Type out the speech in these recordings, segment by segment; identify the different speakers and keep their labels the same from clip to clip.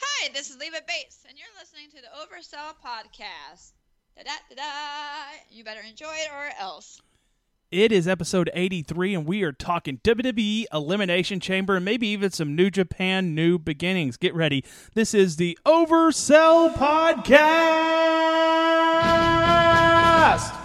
Speaker 1: Hi, this is Leave It Bass, and you're listening to the Oversell Podcast. Da da da da. You better enjoy it or else.
Speaker 2: It is episode 83, and we are talking WWE Elimination Chamber and maybe even some New Japan New Beginnings. Get ready. This is the Oversell Podcast.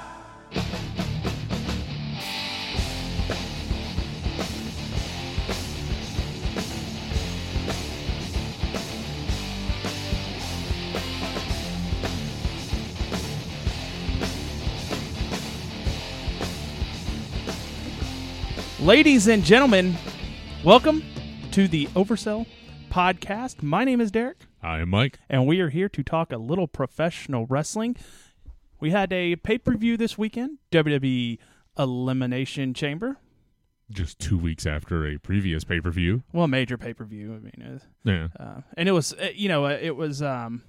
Speaker 2: Ladies and gentlemen, welcome to the Oversell Podcast. My name is Derek.
Speaker 3: I am Mike.
Speaker 2: and we are here to talk a little professional wrestling. We had a pay per view this weekend, WWE Elimination Chamber.
Speaker 3: Just two weeks after a previous pay per view.
Speaker 2: Well, major pay per view. I mean,
Speaker 3: Yeah.
Speaker 2: uh, uh, and it was uh, you know uh, it was um,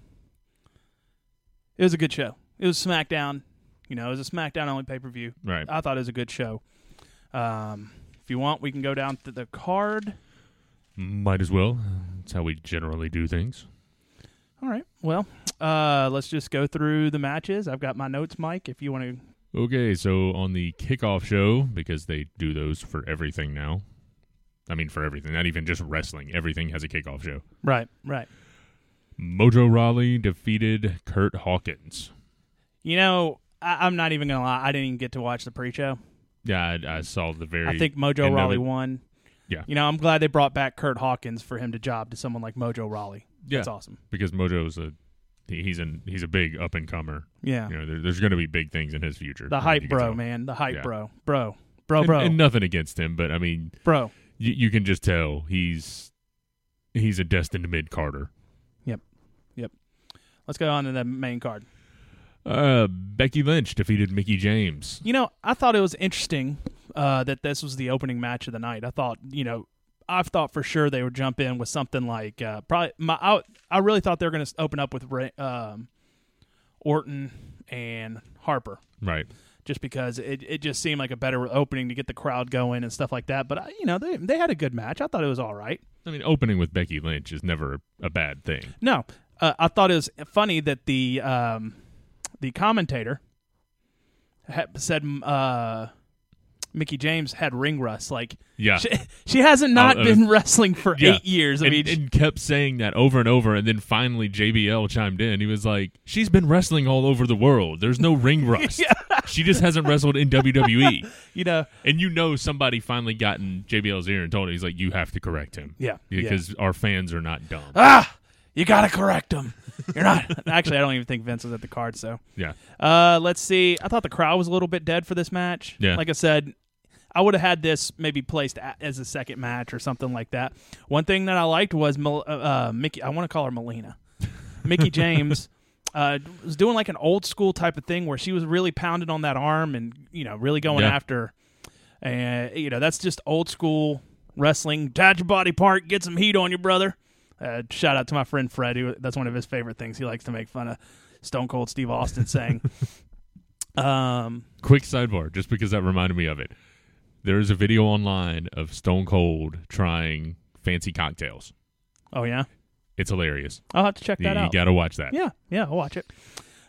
Speaker 2: it was a good show. It was SmackDown. You know, it was a SmackDown only pay per view.
Speaker 3: Right.
Speaker 2: I thought it was a good show. Um, if you want, we can go down to the card.
Speaker 3: Might as well. That's how we generally do things.
Speaker 2: All right. Well, uh, let's just go through the matches. I've got my notes, Mike. If you want to
Speaker 3: Okay, so on the kickoff show, because they do those for everything now. I mean, for everything, not even just wrestling. Everything has a kickoff show.
Speaker 2: Right, right.
Speaker 3: Mojo Raleigh defeated Kurt Hawkins.
Speaker 2: You know, I, I'm not even gonna lie. I didn't even get to watch the pre-show.
Speaker 3: Yeah, I, I saw the very.
Speaker 2: I think Mojo
Speaker 3: end of
Speaker 2: Raleigh
Speaker 3: it.
Speaker 2: won.
Speaker 3: Yeah.
Speaker 2: You know, I'm glad they brought back Kurt Hawkins for him to job to someone like Mojo Raleigh. That's
Speaker 3: Yeah.
Speaker 2: awesome.
Speaker 3: because Mojo's a he's an he's a big up and comer.
Speaker 2: Yeah.
Speaker 3: You know, there, there's going to be big things in his future.
Speaker 2: The
Speaker 3: I mean,
Speaker 2: hype
Speaker 3: you can
Speaker 2: bro,
Speaker 3: tell.
Speaker 2: man. The hype
Speaker 3: Yeah.
Speaker 2: bro. Bro. Bro,
Speaker 3: And-
Speaker 2: bro.
Speaker 3: and nothing against him, but I mean,
Speaker 2: bro.
Speaker 3: you, you can just tell he's he's a destined mid Carter.
Speaker 2: Let's go on to the main card.
Speaker 3: Uh, Becky Lynch defeated Mickey James.
Speaker 2: You know, I thought it was interesting uh, that this was the opening match of the night. I thought, you know, I thought for sure they would jump in with something like uh, probably my. I, I really thought they were going to open up with Ra- um, Orton and Harper.
Speaker 3: Right.
Speaker 2: just because it, it just seemed like a better opening to get the crowd going and stuff like that. But I, you know, they they had a good match. I thought it was all right.
Speaker 3: I mean, opening with Becky Lynch is never a bad thing.
Speaker 2: No, uh, I thought it was funny that the um, the commentator had said uh, Mickey James had ring rust. Like
Speaker 3: Yeah.
Speaker 2: she, she hasn't not
Speaker 3: uh,
Speaker 2: been wrestling for
Speaker 3: Yeah.
Speaker 2: eight years. I
Speaker 3: and,
Speaker 2: mean, she-
Speaker 3: and kept saying that over and over, and then finally JBL chimed in. He was like, "She's been wrestling all over the world. There's no ring rust. She just hasn't wrestled in WWE."
Speaker 2: you know,
Speaker 3: And you know, somebody finally got in JBL's ear and told him, "He's like, you have to correct him."
Speaker 2: Yeah.
Speaker 3: because our fans are not dumb.
Speaker 2: ah, you gotta correct him. You're not actually. I don't even think Vince was at the card, so.
Speaker 3: yeah.
Speaker 2: Uh, let's see. I thought the crowd was a little bit dead for this match.
Speaker 3: Yeah.
Speaker 2: Like I said, I would have had this maybe placed a as a second match or something like that. One thing that I liked was Mel- uh, uh, Mickey. I want to call her Melina. Mickey James uh, was doing like an old school type of thing where she was really pounding on that arm and you know really going
Speaker 3: Yeah.
Speaker 2: after. And you know that's just old school wrestling. Dodge your body part, get some heat on your brother. Uh, shout out to my friend Fred. Who, that's one of his favorite things. He likes to make fun of Stone Cold Steve Austin saying. um,
Speaker 3: Quick sidebar, just because that reminded me of it. There is a video online of Stone Cold trying fancy cocktails.
Speaker 2: oh yeah,
Speaker 3: It's hilarious.
Speaker 2: I'll have to check
Speaker 3: You,
Speaker 2: that
Speaker 3: you
Speaker 2: out.
Speaker 3: gotta watch that.
Speaker 2: Yeah, yeah, I'll watch it.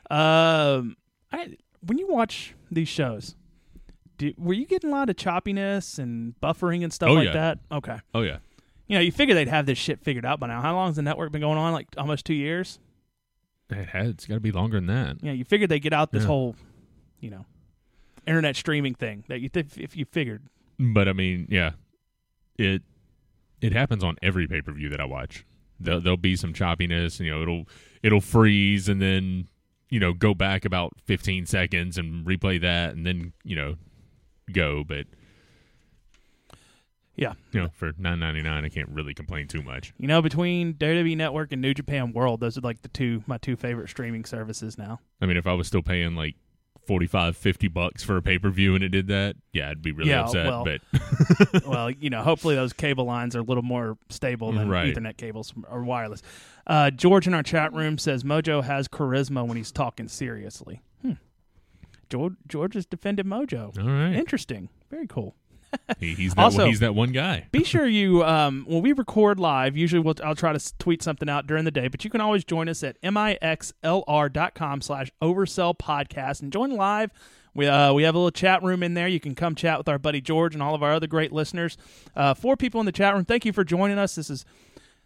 Speaker 2: Um, I when you watch these shows, do, were you getting a lot of choppiness and buffering and stuff
Speaker 3: Oh,
Speaker 2: like
Speaker 3: yeah.
Speaker 2: that? Okay,
Speaker 3: Oh yeah.
Speaker 2: you know, you figure they'd have this shit figured out by now. How long has the network been going on? Like almost two years.
Speaker 3: It had, it's gotta be longer than that.
Speaker 2: You know, you figured they'd get out this
Speaker 3: Yeah.
Speaker 2: whole, you know, internet streaming thing that you th- if you figured.
Speaker 3: But I mean, yeah. It it happens on every pay per view that I watch. There, there'll be some choppiness, you know, it'll it'll freeze and then, you know, go back about fifteen seconds and replay that and then, you know, go. But
Speaker 2: Yeah,
Speaker 3: you know, for nine ninety nine I can't really complain too much.
Speaker 2: you know, between WWE Network and New Japan World, those are like the two my two favorite streaming services now.
Speaker 3: I mean, if I was still paying like 45, 50 bucks for a pay per view and it did that, yeah, I'd be really
Speaker 2: Yeah,
Speaker 3: upset.
Speaker 2: well,
Speaker 3: but
Speaker 2: well, you know, hopefully those cable lines are a little more stable than
Speaker 3: Right.
Speaker 2: Ethernet cables or wireless. Uh, George in our chat room says Mojo has charisma when he's talking seriously. Hmm. George, George has defended Mojo.
Speaker 3: all right,
Speaker 2: Interesting. Very cool.
Speaker 3: He, he's that
Speaker 2: Also-
Speaker 3: one, he's that one guy.
Speaker 2: Be sure you um, when we record live. Usually, we'll, I'll try to s- tweet something out during the day, but you can always join us at mixlr.com slash oversell podcast and join live. We uh, we have a little chat room in there. You can come chat with our buddy George and all of our other great listeners. Uh, four people in the chat room. Thank you for joining us. This is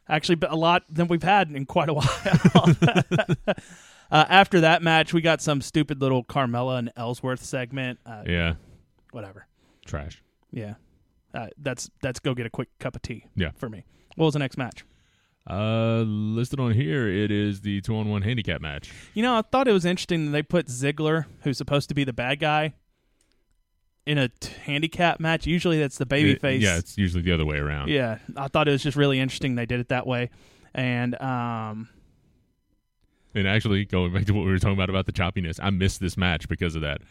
Speaker 2: actually a lot than we've had in quite a while. uh, after that match, we got some stupid little Carmella and Ellsworth segment. Uh,
Speaker 3: Yeah,
Speaker 2: Whatever.
Speaker 3: trash.
Speaker 2: Yeah. Uh, that's that's go get a quick cup of tea.
Speaker 3: Yeah.
Speaker 2: For me. What was the next match?
Speaker 3: Uh, listed on here, it is the two-on-one handicap match.
Speaker 2: You know, I thought it was interesting that they put Ziggler, who's supposed to be the bad guy, in a t- handicap match. Usually that's the baby
Speaker 3: It-
Speaker 2: face.
Speaker 3: Yeah, it's um, usually the other way around.
Speaker 2: Yeah. I thought it was just really interesting they did it that way. And um
Speaker 3: And actually, going back to what we were talking about about the choppiness, I missed this match because of that.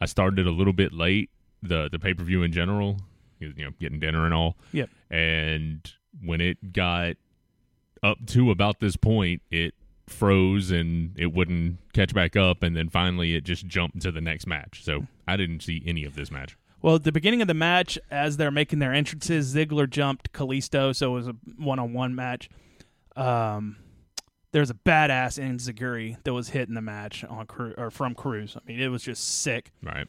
Speaker 3: I started a little bit late the the pay per view in general, you know, getting dinner and all.
Speaker 2: Yep.
Speaker 3: And when it got up to about this point, it froze and it wouldn't catch back up, and then finally it just jumped to the next match. So I didn't see any of this match.
Speaker 2: well, at the beginning of the match, as they're making their entrances, Ziggler jumped Kalisto, so it was a one-on-one match. Um, there's a badass in Zaguri that was hit in the match on Cru- or from Cruz. I mean, it was just sick.
Speaker 3: Right.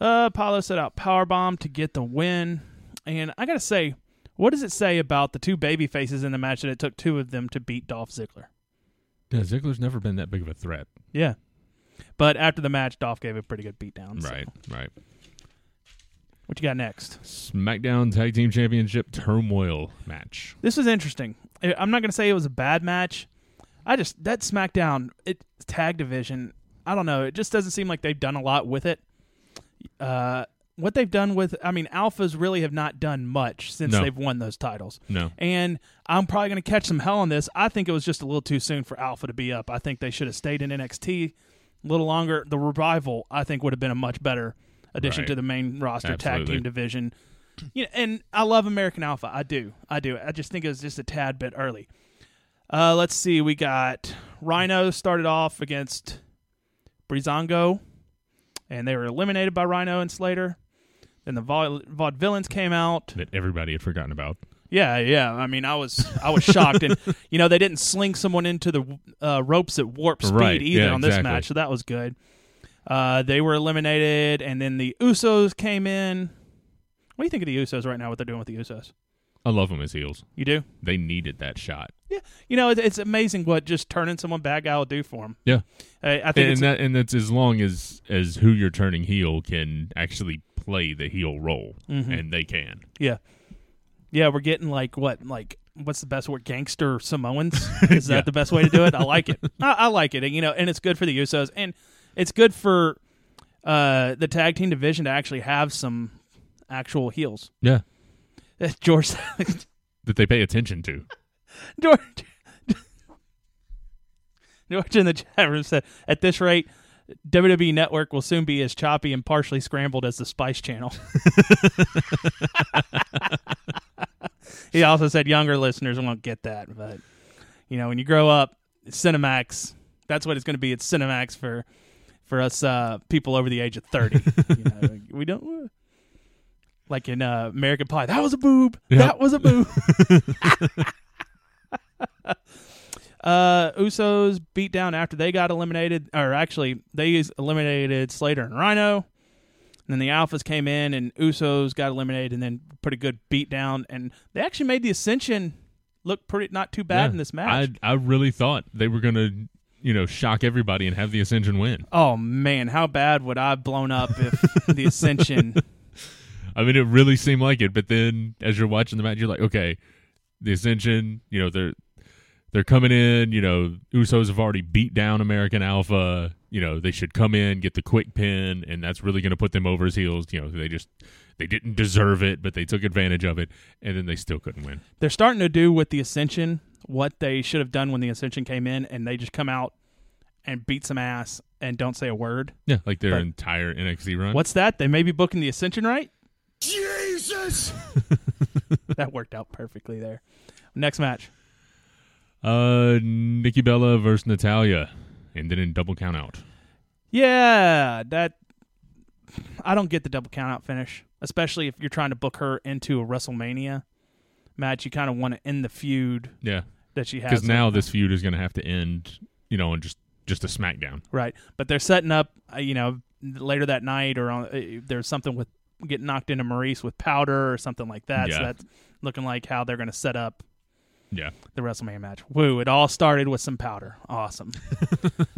Speaker 2: Uh, Apollo set out powerbomb to get the win, and I gotta say, what does it say about the two baby faces in the match that it took two of them to beat Dolph Ziggler?
Speaker 3: Yeah, Ziggler's never been that big of a threat.
Speaker 2: Yeah, but after the match, Dolph gave a pretty good beatdown. so-
Speaker 3: Right. Right.
Speaker 2: What you got next?
Speaker 3: SmackDown Tag Team Championship turmoil match.
Speaker 2: This was interesting. I- I'm not gonna say it was a bad match. I just that SmackDown it tag division. I don't know. It just doesn't seem like they've done a lot with it. Uh, what they've done with, I mean, Alphas really have not done much since
Speaker 3: No.
Speaker 2: they've won those titles.
Speaker 3: No.
Speaker 2: And I'm probably going to catch some hell on this. I think it was just a little too soon for Alpha to be up. I think they should have stayed in NXT a little longer. The revival, I think, would have been a much better addition
Speaker 3: Right.
Speaker 2: to the main roster tag
Speaker 3: Absolutely.
Speaker 2: team division. You know, and I love American Alpha. I do. I do. I just think it was just a tad bit early. Uh, let's see. We got Rhino started off against Brizongo, and they were eliminated by Rhino and Slater. Then the Vaude- Vaudevillains came out.
Speaker 3: That everybody had forgotten about.
Speaker 2: Yeah, yeah. I mean, I was I was shocked, and you know they didn't sling someone into the uh, ropes at warp speed
Speaker 3: Right,
Speaker 2: either
Speaker 3: yeah,
Speaker 2: on this
Speaker 3: exactly.
Speaker 2: match, so that was good. Uh, they were eliminated, and then the Usos came in. What do you think of the Usos right now? What they're doing with the Usos?
Speaker 3: I love him as heels.
Speaker 2: You do?
Speaker 3: They needed that shot.
Speaker 2: Yeah. You know, it's, it's amazing what just turning someone bad guy will do for them.
Speaker 3: Yeah.
Speaker 2: I, I think
Speaker 3: And,
Speaker 2: it's,
Speaker 3: that and that's as long as as who you're turning heel can actually play the heel role
Speaker 2: mm-hmm. Hmm.
Speaker 3: and they can.
Speaker 2: yeah, yeah. We're getting like what like. What's the best word? Gangster Samoans. Is that
Speaker 3: Yeah.
Speaker 2: the best way to do it? I like it. I, I like it. And, you know, and it's good for the Usos, and it's good for uh, the tag team division to actually have some actual heels.
Speaker 3: Yeah.
Speaker 2: George,
Speaker 3: That they pay attention to.
Speaker 2: George, George in the chat room said, "At this rate, WWE Network will soon be as choppy and partially scrambled as the Spice Channel." he also said, "Younger listeners won't get that, but you know, when you grow up, Cinemax, that's what it's going to be. It's Cinemax for for us uh, people over the age of thirty. you know, we don't." Like in uh, American Pie, that was a boob.
Speaker 3: Yeah.
Speaker 2: That was a boob. Uh, Usos beat down after they got eliminated, or actually they eliminated Slater and Rhino. And then the Alphas came in, and Usos got eliminated, and then put a good beat down. And they actually made the Ascension look pretty not too bad
Speaker 3: Yeah.
Speaker 2: in this match.
Speaker 3: I I really thought they were gonna, you know, shock everybody and have the Ascension win.
Speaker 2: oh man, how bad would I have blown up if the Ascension?
Speaker 3: I mean it really seemed like it, but then as you're watching the match, you're like, Okay, the Ascension, you know, they're they're coming in, you know, Usos have already beat down American Alpha, you know, they should come in, get the quick pin, and that's really gonna put them over as heels. You know, they just they didn't deserve it, but they took advantage of it, and then they still couldn't win.
Speaker 2: They're starting to do with the Ascension what they should have done when the Ascension came in, and they just come out and beat some ass and don't say a word.
Speaker 3: Yeah. Like their
Speaker 2: But-
Speaker 3: entire NXT run.
Speaker 2: What's that? They may be booking the Ascension right.
Speaker 4: Jesus!
Speaker 2: that worked out perfectly there. Next match.
Speaker 3: Uh Nikki Bella versus Natalia. And then in double count out.
Speaker 2: Yeah, that I don't get the double countout finish, especially if you're trying to book her into a WrestleMania match. You kind of want to end the feud
Speaker 3: Yeah,
Speaker 2: that she has
Speaker 3: because now this feud is going to have to end, you know, in just just a SmackDown.
Speaker 2: right? But they're setting up, uh, you know, later that night or on, uh, there's something with getting knocked into Maurice with powder or something like that. So
Speaker 3: Yeah.
Speaker 2: that's looking like how they're going to set up
Speaker 3: Yeah,
Speaker 2: the WrestleMania match. Woo! It all started with some powder. Awesome.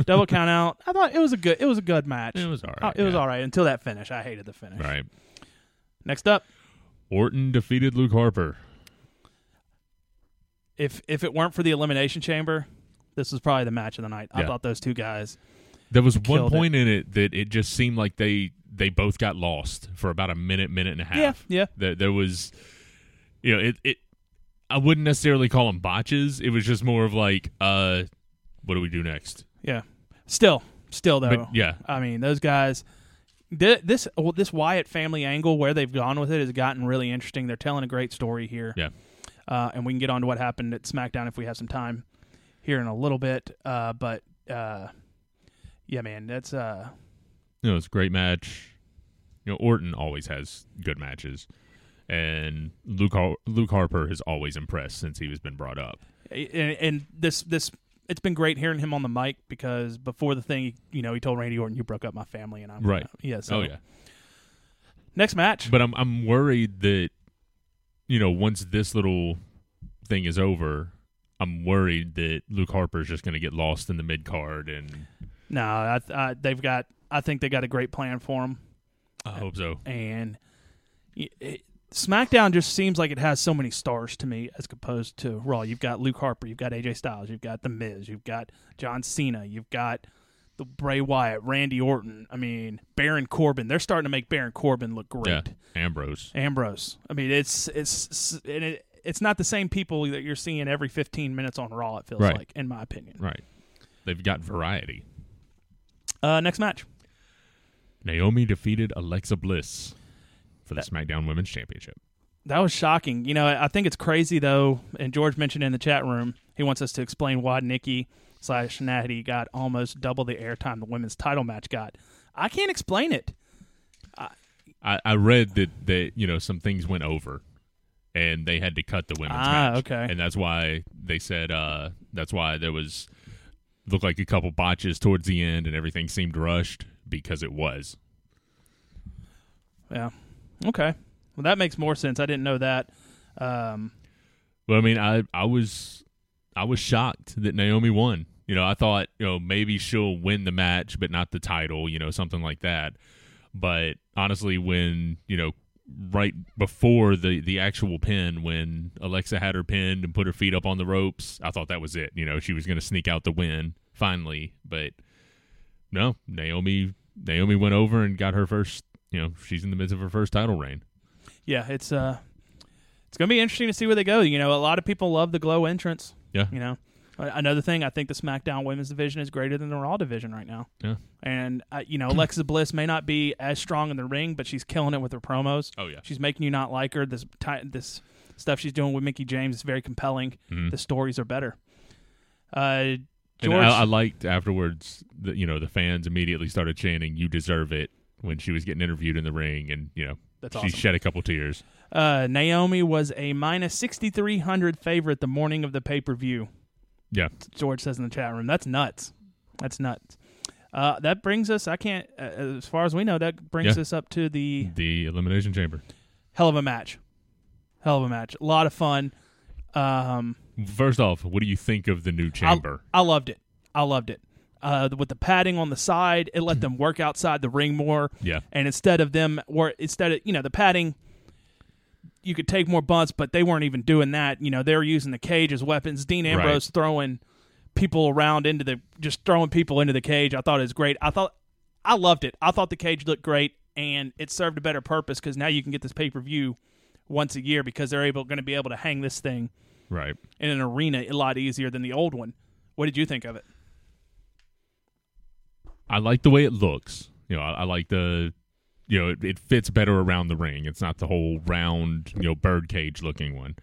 Speaker 2: Double count out. I thought it was a good. It was a good match.
Speaker 3: it was all
Speaker 2: Uh,
Speaker 3: right.
Speaker 2: it was
Speaker 3: yeah.
Speaker 2: all right until that finish. I hated the finish.
Speaker 3: Right.
Speaker 2: Next up,
Speaker 3: Orton defeated Luke Harper.
Speaker 2: if if it weren't for the elimination chamber, this was probably the match of the night. I
Speaker 3: Yeah.
Speaker 2: thought those two guys.
Speaker 3: There was one
Speaker 2: Killed it.
Speaker 3: point in it that it just seemed like they they both got lost for about a minute, minute and a half.
Speaker 2: Yeah, yeah.
Speaker 3: There, there was, you know, it, it. I wouldn't necessarily call them botches. It was just more of like, uh, what do we do next?
Speaker 2: Yeah. Still, still though.
Speaker 3: But, yeah.
Speaker 2: I mean, those guys. thi- This well, this Wyatt family angle where they've gone with it has gotten really interesting. They're telling a great story here.
Speaker 3: Yeah.
Speaker 2: Uh, and we can get on to what happened at SmackDown if we have some time here in a little bit. Uh, but uh, yeah, man, that's uh,
Speaker 3: You know, it's a great match. You know, Orton always has good matches, and Luke Har- Luke Harper has always impressed since he was been brought up.
Speaker 2: and, and this this it's been great hearing him on the mic because before the thing, you know, he told Randy Orton, "You broke up my family," and I'm
Speaker 3: Right.
Speaker 2: yeah, so
Speaker 3: oh yeah,
Speaker 2: next match,
Speaker 3: but I'm I'm worried that you know once this little thing is over, I'm worried that Luke Harper's just going to get lost in the mid card, and
Speaker 2: no, I, I, they've got. I think they got a great plan for him.
Speaker 3: I hope so.
Speaker 2: and y- it, SmackDown just seems like it has so many stars to me as opposed to Raw. You've got Luke Harper, you've got AJ Styles, you've got The Miz, you've got John Cena, you've got the Bray Wyatt, Randy Orton. I mean, Baron Corbin. They're starting to make Baron Corbin look great.
Speaker 3: Yeah, Ambrose.
Speaker 2: Ambrose. I mean, it's it's and it, it's not the same people that you're seeing every 15 minutes on Raw. It feels
Speaker 3: Right.
Speaker 2: like, in my opinion.
Speaker 3: Right. They've got variety.
Speaker 2: Uh, next match.
Speaker 3: Naomi defeated Alexa Bliss for the SmackDown Women's Championship.
Speaker 2: That was shocking. You know, I think it's crazy though. And George mentioned in the chat room he wants us to explain why Nikki slash Natty got almost double the airtime the women's title match got. I can't explain it.
Speaker 3: I, I read that that you know some things went over, and they had to cut the women's
Speaker 2: Ah,
Speaker 3: match.
Speaker 2: okay.
Speaker 3: and that's why they said uh, that's why there was looked like a couple botches towards the end, and everything seemed rushed because it was.
Speaker 2: Yeah. Okay. Well, that makes more sense. I didn't know that. Um,
Speaker 3: Well, I mean, I I was I was shocked that Naomi won. You know, I thought you know maybe she'll win the match, but not the title. You know, something like that. But honestly, when you know right before the the actual pin, when Alexa had her pinned and put her feet up on the ropes, I thought that was it. You know, she was going to sneak out the win finally, but no, Naomi Naomi went over and got her first. You know, she's in the midst of her first title reign.
Speaker 2: yeah, it's uh, it's gonna be interesting to see where they go. You know, a lot of people love the glow entrance.
Speaker 3: Yeah.
Speaker 2: You know, Uh, another thing, I think the SmackDown Women's Division is greater than the Raw division right now.
Speaker 3: Yeah.
Speaker 2: And uh, you know, Alexa Bliss may not be as strong in the ring, but she's killing it with her promos.
Speaker 3: Oh yeah.
Speaker 2: She's making you not like her. This ti- this stuff she's doing with Mickey James is very compelling.
Speaker 3: Mhm.
Speaker 2: The stories are better. Uh, George,
Speaker 3: And I, I liked afterwards that you know the fans immediately started chanting "You deserve it" when she was getting interviewed in the ring, and you know
Speaker 2: that's
Speaker 3: she
Speaker 2: awesome.
Speaker 3: shed a couple tears.
Speaker 2: uh, Naomi was a minus sixty three hundred favorite the morning of the pay per view.
Speaker 3: Yeah,
Speaker 2: George says in the chat room, "That's nuts. That's nuts." Uh, that brings us. I can't, uh, as far as we know, that brings
Speaker 3: Yeah.
Speaker 2: us up to the
Speaker 3: the elimination chamber
Speaker 2: hell of a match. Hell of a match. A lot of fun. Um,
Speaker 3: First off, what do you think of the new chamber?
Speaker 2: I, I loved it. I loved it. Uh, with the padding on the side, it let them work outside the ring more.
Speaker 3: Yeah.
Speaker 2: And instead of them, or instead of you know the padding, you could take more bunts, but they weren't even doing that. You know they were using the cage as weapons. Dean Ambrose throwing people around into the just throwing people into the cage. I thought it was great. I thought I loved it. I thought the cage looked great, and it served a better purpose because now you can get this pay per view once a year because they're able going to be able to hang this thing
Speaker 3: right.
Speaker 2: in an arena a lot easier than the old one. What did you think of it?
Speaker 3: I like the way it looks. You know, I, I like the you know it, it fits better around the ring. It's not the whole round you know birdcage looking one.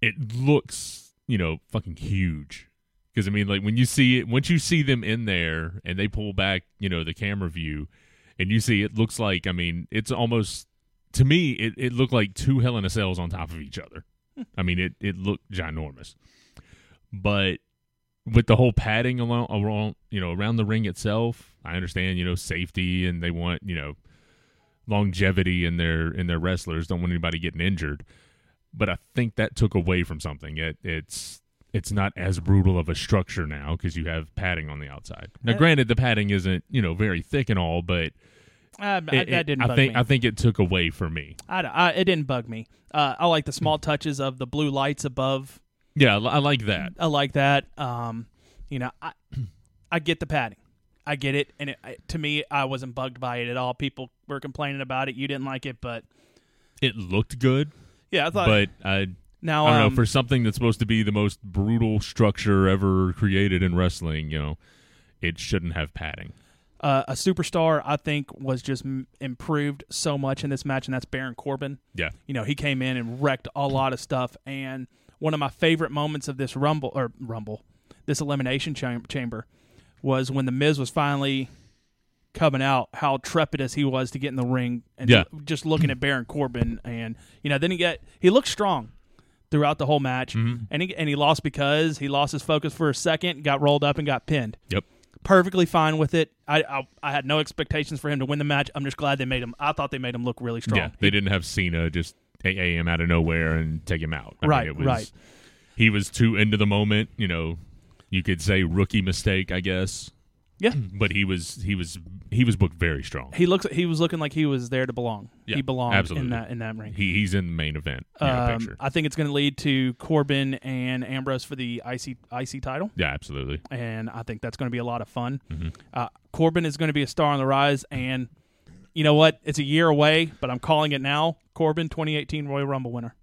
Speaker 3: It looks you know fucking huge. Because I mean, like when you see it, once you see them in there and they pull back, you know, the camera view, and you see it looks like I mean it's almost to me it, it looked like two Hell in a Cells on top of each other. I mean it it looked ginormous, but with the whole padding along around you know around the ring itself, I understand you know safety and they want you know longevity in their in their wrestlers don't want anybody getting injured but i think that took away from something it it's it's not as brutal of a structure now because you have padding on the outside now
Speaker 2: Yeah.
Speaker 3: granted the padding isn't you know very thick and all but
Speaker 2: Uh,
Speaker 3: it,
Speaker 2: that
Speaker 3: it-
Speaker 2: didn't.
Speaker 3: i
Speaker 2: bug
Speaker 3: think
Speaker 2: me.
Speaker 3: i think it took away for me
Speaker 2: I, d- I- it didn't bug me. Uh, I like the small
Speaker 3: Hmm.
Speaker 2: touches of the blue lights above.
Speaker 3: yeah i, li- I like that
Speaker 2: I like that. Um, you know, I
Speaker 3: Hmm.
Speaker 2: I get the padding. I get it, and it, I- to me, I wasn't bugged by it at all. People were complaining about it. You didn't like it, but
Speaker 3: it looked good
Speaker 2: yeah, I thought.
Speaker 3: but i
Speaker 2: now,
Speaker 3: I don't
Speaker 2: um,
Speaker 3: know for something that's supposed to be the most brutal structure ever created in wrestling you know it shouldn't have padding
Speaker 2: uh, a superstar, I think was just m- improved so much in this match, and that's Baron Corbin.
Speaker 3: yeah
Speaker 2: You know, he came in and wrecked a lot of stuff. And one of my favorite moments of this rumble or rumble, this elimination cham- chamber, was when the Miz was finally coming out. How trepidous he was to get in the ring and
Speaker 3: Yeah.
Speaker 2: just looking at Baron Corbin, and you know, then he got he looked strong throughout the whole match,
Speaker 3: Mm-hmm.
Speaker 2: and he and he lost because he lost his focus for a second, got rolled up, and got pinned
Speaker 3: yep
Speaker 2: perfectly fine with it. I, I I had no expectations for him to win the match. I'm just glad they made him. I thought they made him look really strong.
Speaker 3: Yeah, they didn't have Cena just AA him out of nowhere and take him out. I mean,
Speaker 2: Right,
Speaker 3: it was,
Speaker 2: right.
Speaker 3: He was too into the moment. You know, you could say rookie mistake, I guess.
Speaker 2: yeah.
Speaker 3: But he was he was he was booked very strong.
Speaker 2: He looks. He was looking like he was there to belong.
Speaker 3: Yeah,
Speaker 2: he belonged
Speaker 3: absolutely.
Speaker 2: in that in that ring.
Speaker 3: He, he's in the main event you know,
Speaker 2: Um,
Speaker 3: picture.
Speaker 2: I think it's going to lead to Corbin and Ambrose for the IC IC title,
Speaker 3: yeah, absolutely.
Speaker 2: and I think that's going to be a lot of fun.
Speaker 3: Mm-hmm.
Speaker 2: Uh, Corbin is going to be a star on the rise, and you know what? It's a year away, but I'm calling it now. Corbin, 2018 Royal Rumble winner.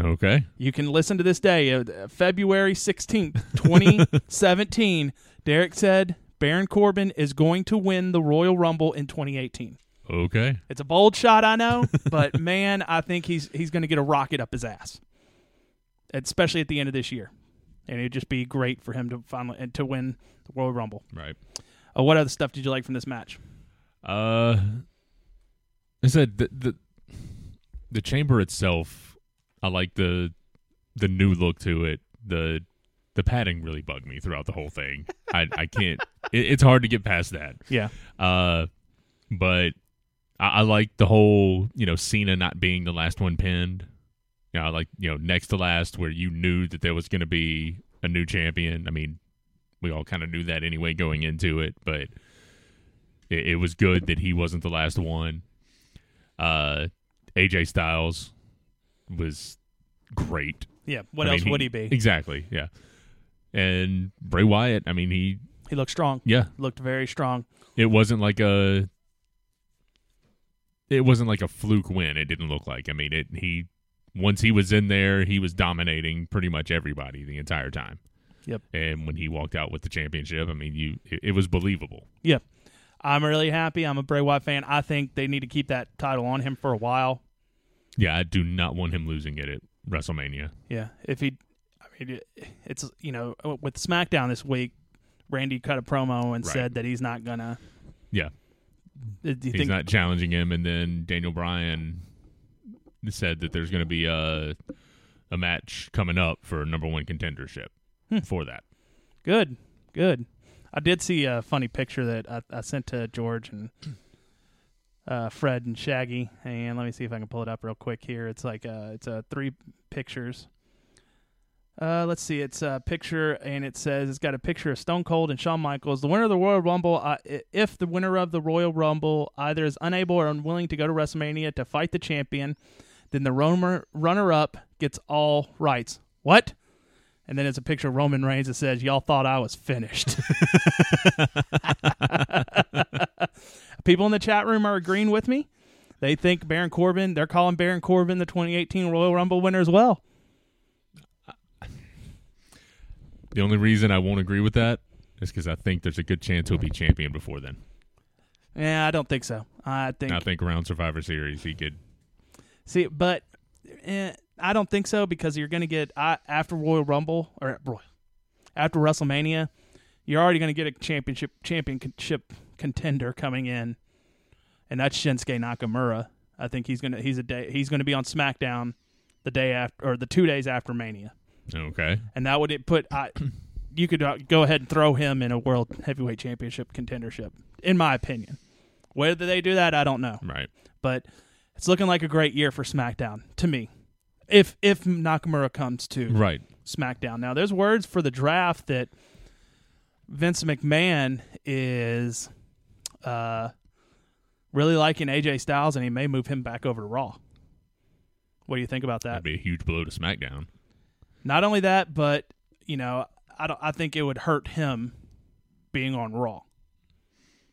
Speaker 3: Okay.
Speaker 2: You can listen to this day, uh, February 16th, 2017. Derek said Baron Corbin is going to win the Royal Rumble in 2018.
Speaker 3: Okay.
Speaker 2: It's a bold shot, I know, but man, I think he's he's going to get a rocket up his ass, especially at the end of this year. And it'd just be great for him to finally and to win the Royal Rumble.
Speaker 3: Right.
Speaker 2: Uh, what other stuff did you like from this match?
Speaker 3: Uh, I said the the, the chamber itself. I like the the new look to it. the The padding really bugged me throughout the whole thing. I I can't. It, it's hard to get past that.
Speaker 2: Yeah,
Speaker 3: Uh, but I, I like the whole you know Cena not being the last one pinned. You know, I like you know next to last where you knew that there was going to be a new champion. I mean, we all kind of knew that anyway going into it, but it, it was good that he wasn't the last one. Uh, AJ Styles was great.
Speaker 2: yeah. What
Speaker 3: I mean,
Speaker 2: else would he be? He,
Speaker 3: Exactly. Yeah. And Bray Wyatt, I mean, he
Speaker 2: looked strong.
Speaker 3: yeah,
Speaker 2: Looked very strong.
Speaker 3: it wasn't like a it wasn't like a fluke win it didn't look like i mean it he once he was in there he was dominating pretty much everybody the entire time
Speaker 2: Yep.
Speaker 3: and when he walked out with the championship i mean you it, it was believable
Speaker 2: Yeah. I'm really happy. I'm a Bray Wyatt fan. I think they need to keep that title on him for a while.
Speaker 3: yeah i do not want him losing it at wrestlemania
Speaker 2: Yeah. If he, I mean, it- it's, you know, uh, with SmackDown this week, Randy cut a promo and
Speaker 3: Right.
Speaker 2: said that he's not going to.
Speaker 3: yeah
Speaker 2: Do you
Speaker 3: he's
Speaker 2: think?
Speaker 3: not challenging him and then daniel bryan said that there's going to be a a match coming up for number one contendership
Speaker 2: Hmm.
Speaker 3: for that
Speaker 2: good. Good. I did see a funny picture that I, I sent to George and uh, Fred and Shaggy. And let me see if I can pull it up real quick here. It's like, uh, it's uh, three pictures. Uh, let's see. It's a picture, and it says it's got a picture of Stone Cold and Shawn Michaels. The winner of the Royal Rumble, uh, i- if the winner of the Royal Rumble either is unable or unwilling to go to WrestleMania to fight the champion, then the runner runner up gets all rights. What? And then it's a picture of Roman Reigns that says, "Y'all thought I was finished." People in the chat room are agreeing with me. They think Baron Corbin. They're calling Baron Corbin the 2018 Royal Rumble winner as well.
Speaker 3: The only reason I won't agree with that is because I think there's a good chance he'll be champion before then.
Speaker 2: Yeah, I don't think so. I think
Speaker 3: I think around Survivor Series he could.
Speaker 2: see, but eh, I don't think so because you're going to get I, after Royal Rumble or Royal after WrestleMania, you're already going to get a championship championship contender coming in and that's Shinsuke Nakamura. I think he's gonna he's a day he's gonna be on SmackDown the day after or the two days after Mania,
Speaker 3: Okay.
Speaker 2: and that would put I you could uh, go ahead and throw him in a world heavyweight championship contendership, in my opinion. Whether they do that, I don't know,
Speaker 3: Right.
Speaker 2: but it's looking like a great year for SmackDown to me. If if Nakamura comes to
Speaker 3: Right.
Speaker 2: SmackDown. Now, there's words for the draft that Vince McMahon is uh, really liking AJ Styles, and he may move him back over to Raw. What do you think about that?
Speaker 3: That'd be a huge blow to SmackDown.
Speaker 2: Not only that, but you know, I don't. I think it would hurt him being on Raw.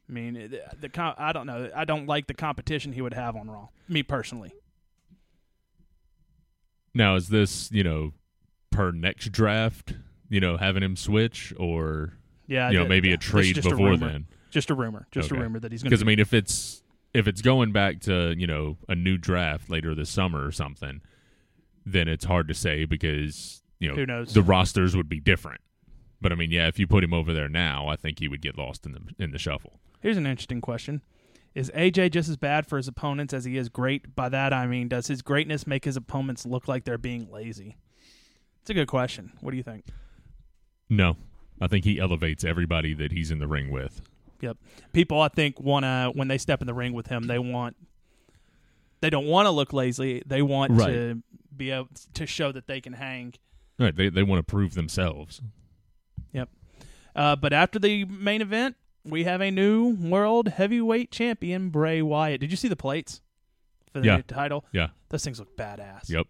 Speaker 2: I mean, it- the, the com- I don't know. I don't like the competition he would have on Raw. Me personally,
Speaker 3: Now, is this, you know, per next draft, you know, having him switch or,
Speaker 2: yeah. I
Speaker 3: you know,
Speaker 2: did-
Speaker 3: maybe
Speaker 2: yeah.
Speaker 3: a
Speaker 2: It's
Speaker 3: trade
Speaker 2: just
Speaker 3: before
Speaker 2: rumor.
Speaker 3: then?
Speaker 2: Just a rumor. Just
Speaker 3: Okay.
Speaker 2: a rumor that he's going
Speaker 3: Because,
Speaker 2: to.
Speaker 3: I mean, if it's. If it's going back to you know a new draft later this summer or something, then it's hard to say because you know
Speaker 2: Who knows?
Speaker 3: the rosters would be different. But I mean, yeah, if you put him over there now, I think he would get lost in the in the shuffle.
Speaker 2: Here's an interesting question. Is AJ just as bad for his opponents as he is great? By that I mean, does his greatness make his opponents look like they're being lazy? It's a good question. What do you think?
Speaker 3: No, I think he elevates everybody that he's in the ring with.
Speaker 2: Yep. People I think want to when they step in the ring with him, they want they don't want to look lazy. They want
Speaker 3: Right.
Speaker 2: to be able to show that they can hang.
Speaker 3: Right? They they want to prove themselves.
Speaker 2: Yep. Uh, but after the main event, we have a new world heavyweight champion, Bray Wyatt. Did you see the plates for the
Speaker 3: Yeah.
Speaker 2: new title?
Speaker 3: Yeah.
Speaker 2: Those things look badass.
Speaker 3: Yep.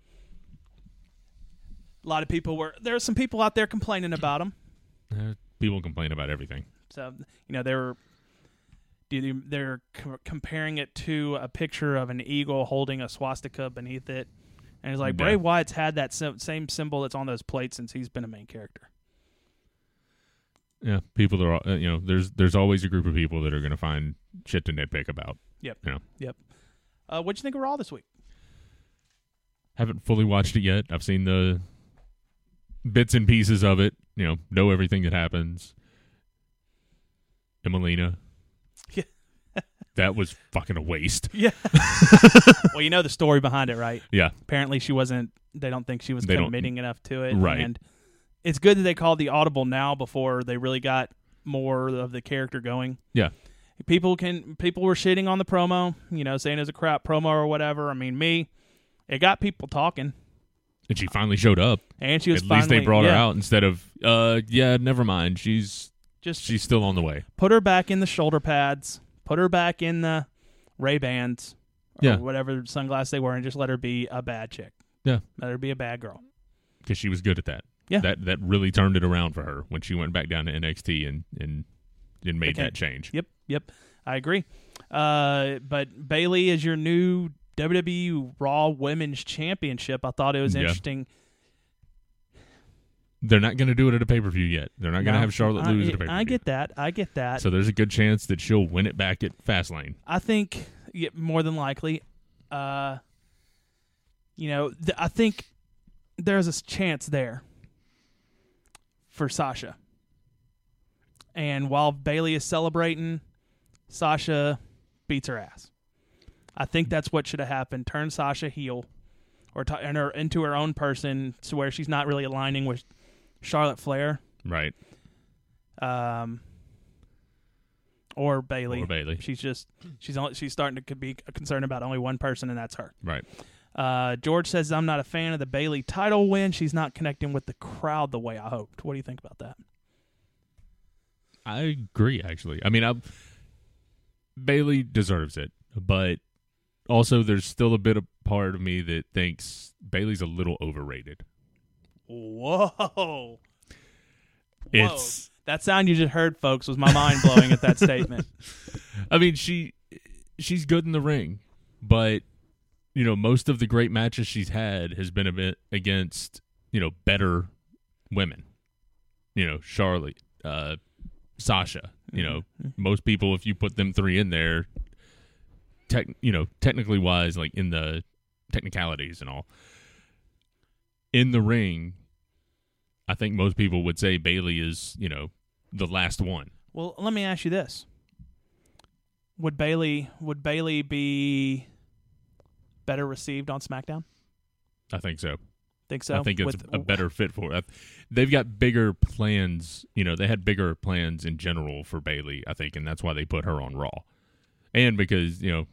Speaker 2: a lot of people were there are some people out there complaining about him
Speaker 3: Uh, people complain about everything.
Speaker 2: so you know they were do- they're co- comparing it to a picture of an eagle holding a swastika beneath it and it's like
Speaker 3: Yeah.
Speaker 2: bray wyatt's had that sim- same symbol that's on those plates since he's been a main character
Speaker 3: Yeah. People are uh, you know there's there's always a group of people that are going to find shit to nitpick about.
Speaker 2: Yep.
Speaker 3: You know,
Speaker 2: yep uh, what'd you think of raw this week
Speaker 3: haven't fully watched it yet. I've seen the bits and pieces of it. You know, know everything that happens. Emelina.
Speaker 2: Yeah.
Speaker 3: that was fucking a waste.
Speaker 2: yeah well you know the story behind it right
Speaker 3: Yeah.
Speaker 2: apparently she wasn't they don't think she was
Speaker 3: They don't-
Speaker 2: committing enough to it
Speaker 3: Right.
Speaker 2: and it's good that they called the audible now before they really got more of the character going
Speaker 3: Yeah.
Speaker 2: people can people were shitting on the promo, you know, saying it was a crap promo or whatever. I mean, me, it got people talking,
Speaker 3: And she finally showed up.
Speaker 2: and she was
Speaker 3: At least they
Speaker 2: finally-
Speaker 3: brought her
Speaker 2: yeah,
Speaker 3: out instead of uh yeah, never mind. She's
Speaker 2: Just
Speaker 3: she's still on the way.
Speaker 2: put her back in the shoulder pads, put her back in the Ray Bans, or
Speaker 3: Yeah.
Speaker 2: whatever sunglass they were, and just let her be a bad chick.
Speaker 3: Yeah.
Speaker 2: let her be a bad girl.
Speaker 3: Because she was good at that.
Speaker 2: Yeah.
Speaker 3: That that really turned it around for her when she went back down to NXT and and, and made
Speaker 2: Okay.
Speaker 3: that change.
Speaker 2: Yep, yep, I agree. Uh, but Bailey is your new WWE Raw Women's Championship. I thought it was
Speaker 3: Yeah.
Speaker 2: interesting.
Speaker 3: They're not gonna do it at a pay per view yet. They're not gonna
Speaker 2: Now,
Speaker 3: have Charlotte
Speaker 2: I-
Speaker 3: lose at a pay per view.
Speaker 2: I get that. I get that.
Speaker 3: So there's a good chance that she'll win it back at Fastlane.
Speaker 2: I think yeah, more than likely, uh, you know, th- I think there's a s- chance there for Sasha. And while Bailey is celebrating, Sasha beats her ass. I think that's what should have happened. Turn Sasha heel, or t- turn her into her own person, to where she's not really aligning with Charlotte Flair
Speaker 3: Right.
Speaker 2: um, or Bailey.
Speaker 3: Or Bailey.
Speaker 2: She's just she's only she's starting to could be concerned about only one person, and that's her.
Speaker 3: Right.
Speaker 2: Uh, George says I'm not a fan of the Bailey title win. She's not connecting with the crowd the way I hoped. What do you think about that?
Speaker 3: I agree actually. I mean, I Bailey deserves it, but also there's still a bit of part of me that thinks Bailey's a little overrated.
Speaker 2: Whoa.
Speaker 3: It's-
Speaker 2: that sound you just heard, folks, was my mind blowing at that statement.
Speaker 3: I mean, she she's good in the ring, but you know, most of the great matches she's had has been a bit against, you know, better women. You know, Charlotte, uh Sasha, you know, most people if you put them three in there tech, you know, technically wise like in the technicalities and all. In the ring, I think most people would say Bailey is, you know, the last one.
Speaker 2: Well, let me ask you this. would Bailey would Bailey be better received on SmackDown?
Speaker 3: I think so.
Speaker 2: Think so?
Speaker 3: I think it's
Speaker 2: With-
Speaker 3: a better fit for. I th- They've got bigger plans. You know, they had bigger plans in general for Bailey. I think, and that's why they put her on Raw, and because you know,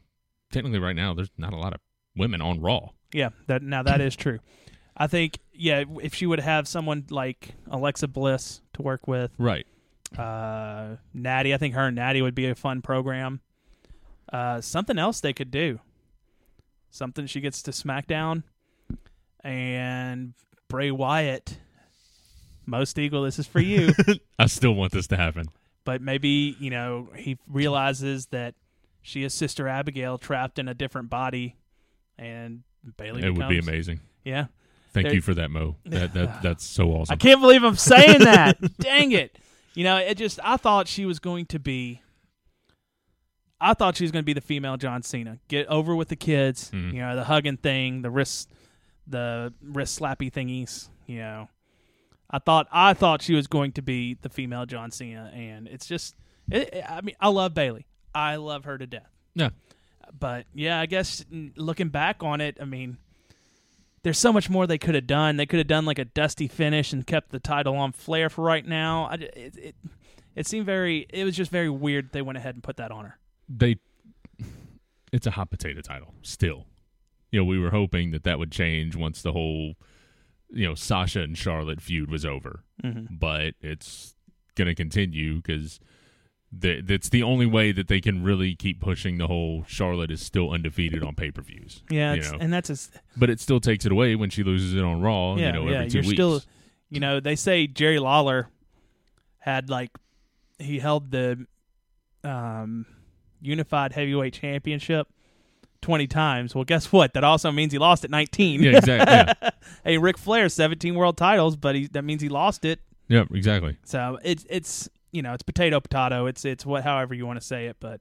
Speaker 3: technically right now there's not a lot of women on Raw.
Speaker 2: Yeah, that now that is true. I think yeah, if she would have someone like Alexa Bliss to work with,
Speaker 3: Right.
Speaker 2: uh, Natty, I think her and Natty would be a fun program. Uh, something else they could do. Something she gets to SmackDown and Bray Wyatt. Most Eagle, this is for you.
Speaker 3: I still want this to happen.
Speaker 2: but maybe you know he realizes that she is Sister Abigail trapped in a different body, and Bailey.
Speaker 3: it would be
Speaker 2: becomes-
Speaker 3: amazing.
Speaker 2: Yeah,
Speaker 3: Thank
Speaker 2: There-
Speaker 3: you for that, Mo. That, that that's so awesome.
Speaker 2: I can't believe I'm saying that. Dang it! You know, it just I thought she was going to be. I thought she was going to be the female John Cena. Get over with the kids.
Speaker 3: Mhm.
Speaker 2: You know, the hugging thing, the wrist, the wrist slappy thingies. You know, I thought I thought she was going to be the female John Cena, and it's just. It, I mean, I love Bailey. I love her to death.
Speaker 3: Yeah.
Speaker 2: But yeah, I guess n- looking back on it, I mean, there's so much more they could have done. They could have done like a dusty finish and kept the title on Flair for right now. I, j- it, it, it seemed very, it was just very weird they went ahead and put that on her.
Speaker 3: they it's a hot potato title still you know we were hoping that that would change once the whole you know sasha and charlotte feud was over
Speaker 2: Mhm.
Speaker 3: but it's gonna continue because that's the only way that they can really keep pushing the whole charlotte is still undefeated on pay-per-views
Speaker 2: Yeah,
Speaker 3: you
Speaker 2: it's,
Speaker 3: know?
Speaker 2: and that's just,
Speaker 3: but it still takes it away when she loses it on raw
Speaker 2: yeah,
Speaker 3: you know
Speaker 2: yeah.
Speaker 3: every 2
Speaker 2: You're
Speaker 3: weeks
Speaker 2: still, you know, they say Jerry Lawler had like he held the um, unified heavyweight championship 20 times. Well, guess what? That also means he lost at 19.
Speaker 3: yeah exactly yeah.
Speaker 2: hey, Ric Flair, 17 world titles, but he, that means he lost it.
Speaker 3: yeah exactly
Speaker 2: So it's it's you know it's potato potato. It's it's what however you want to say it, but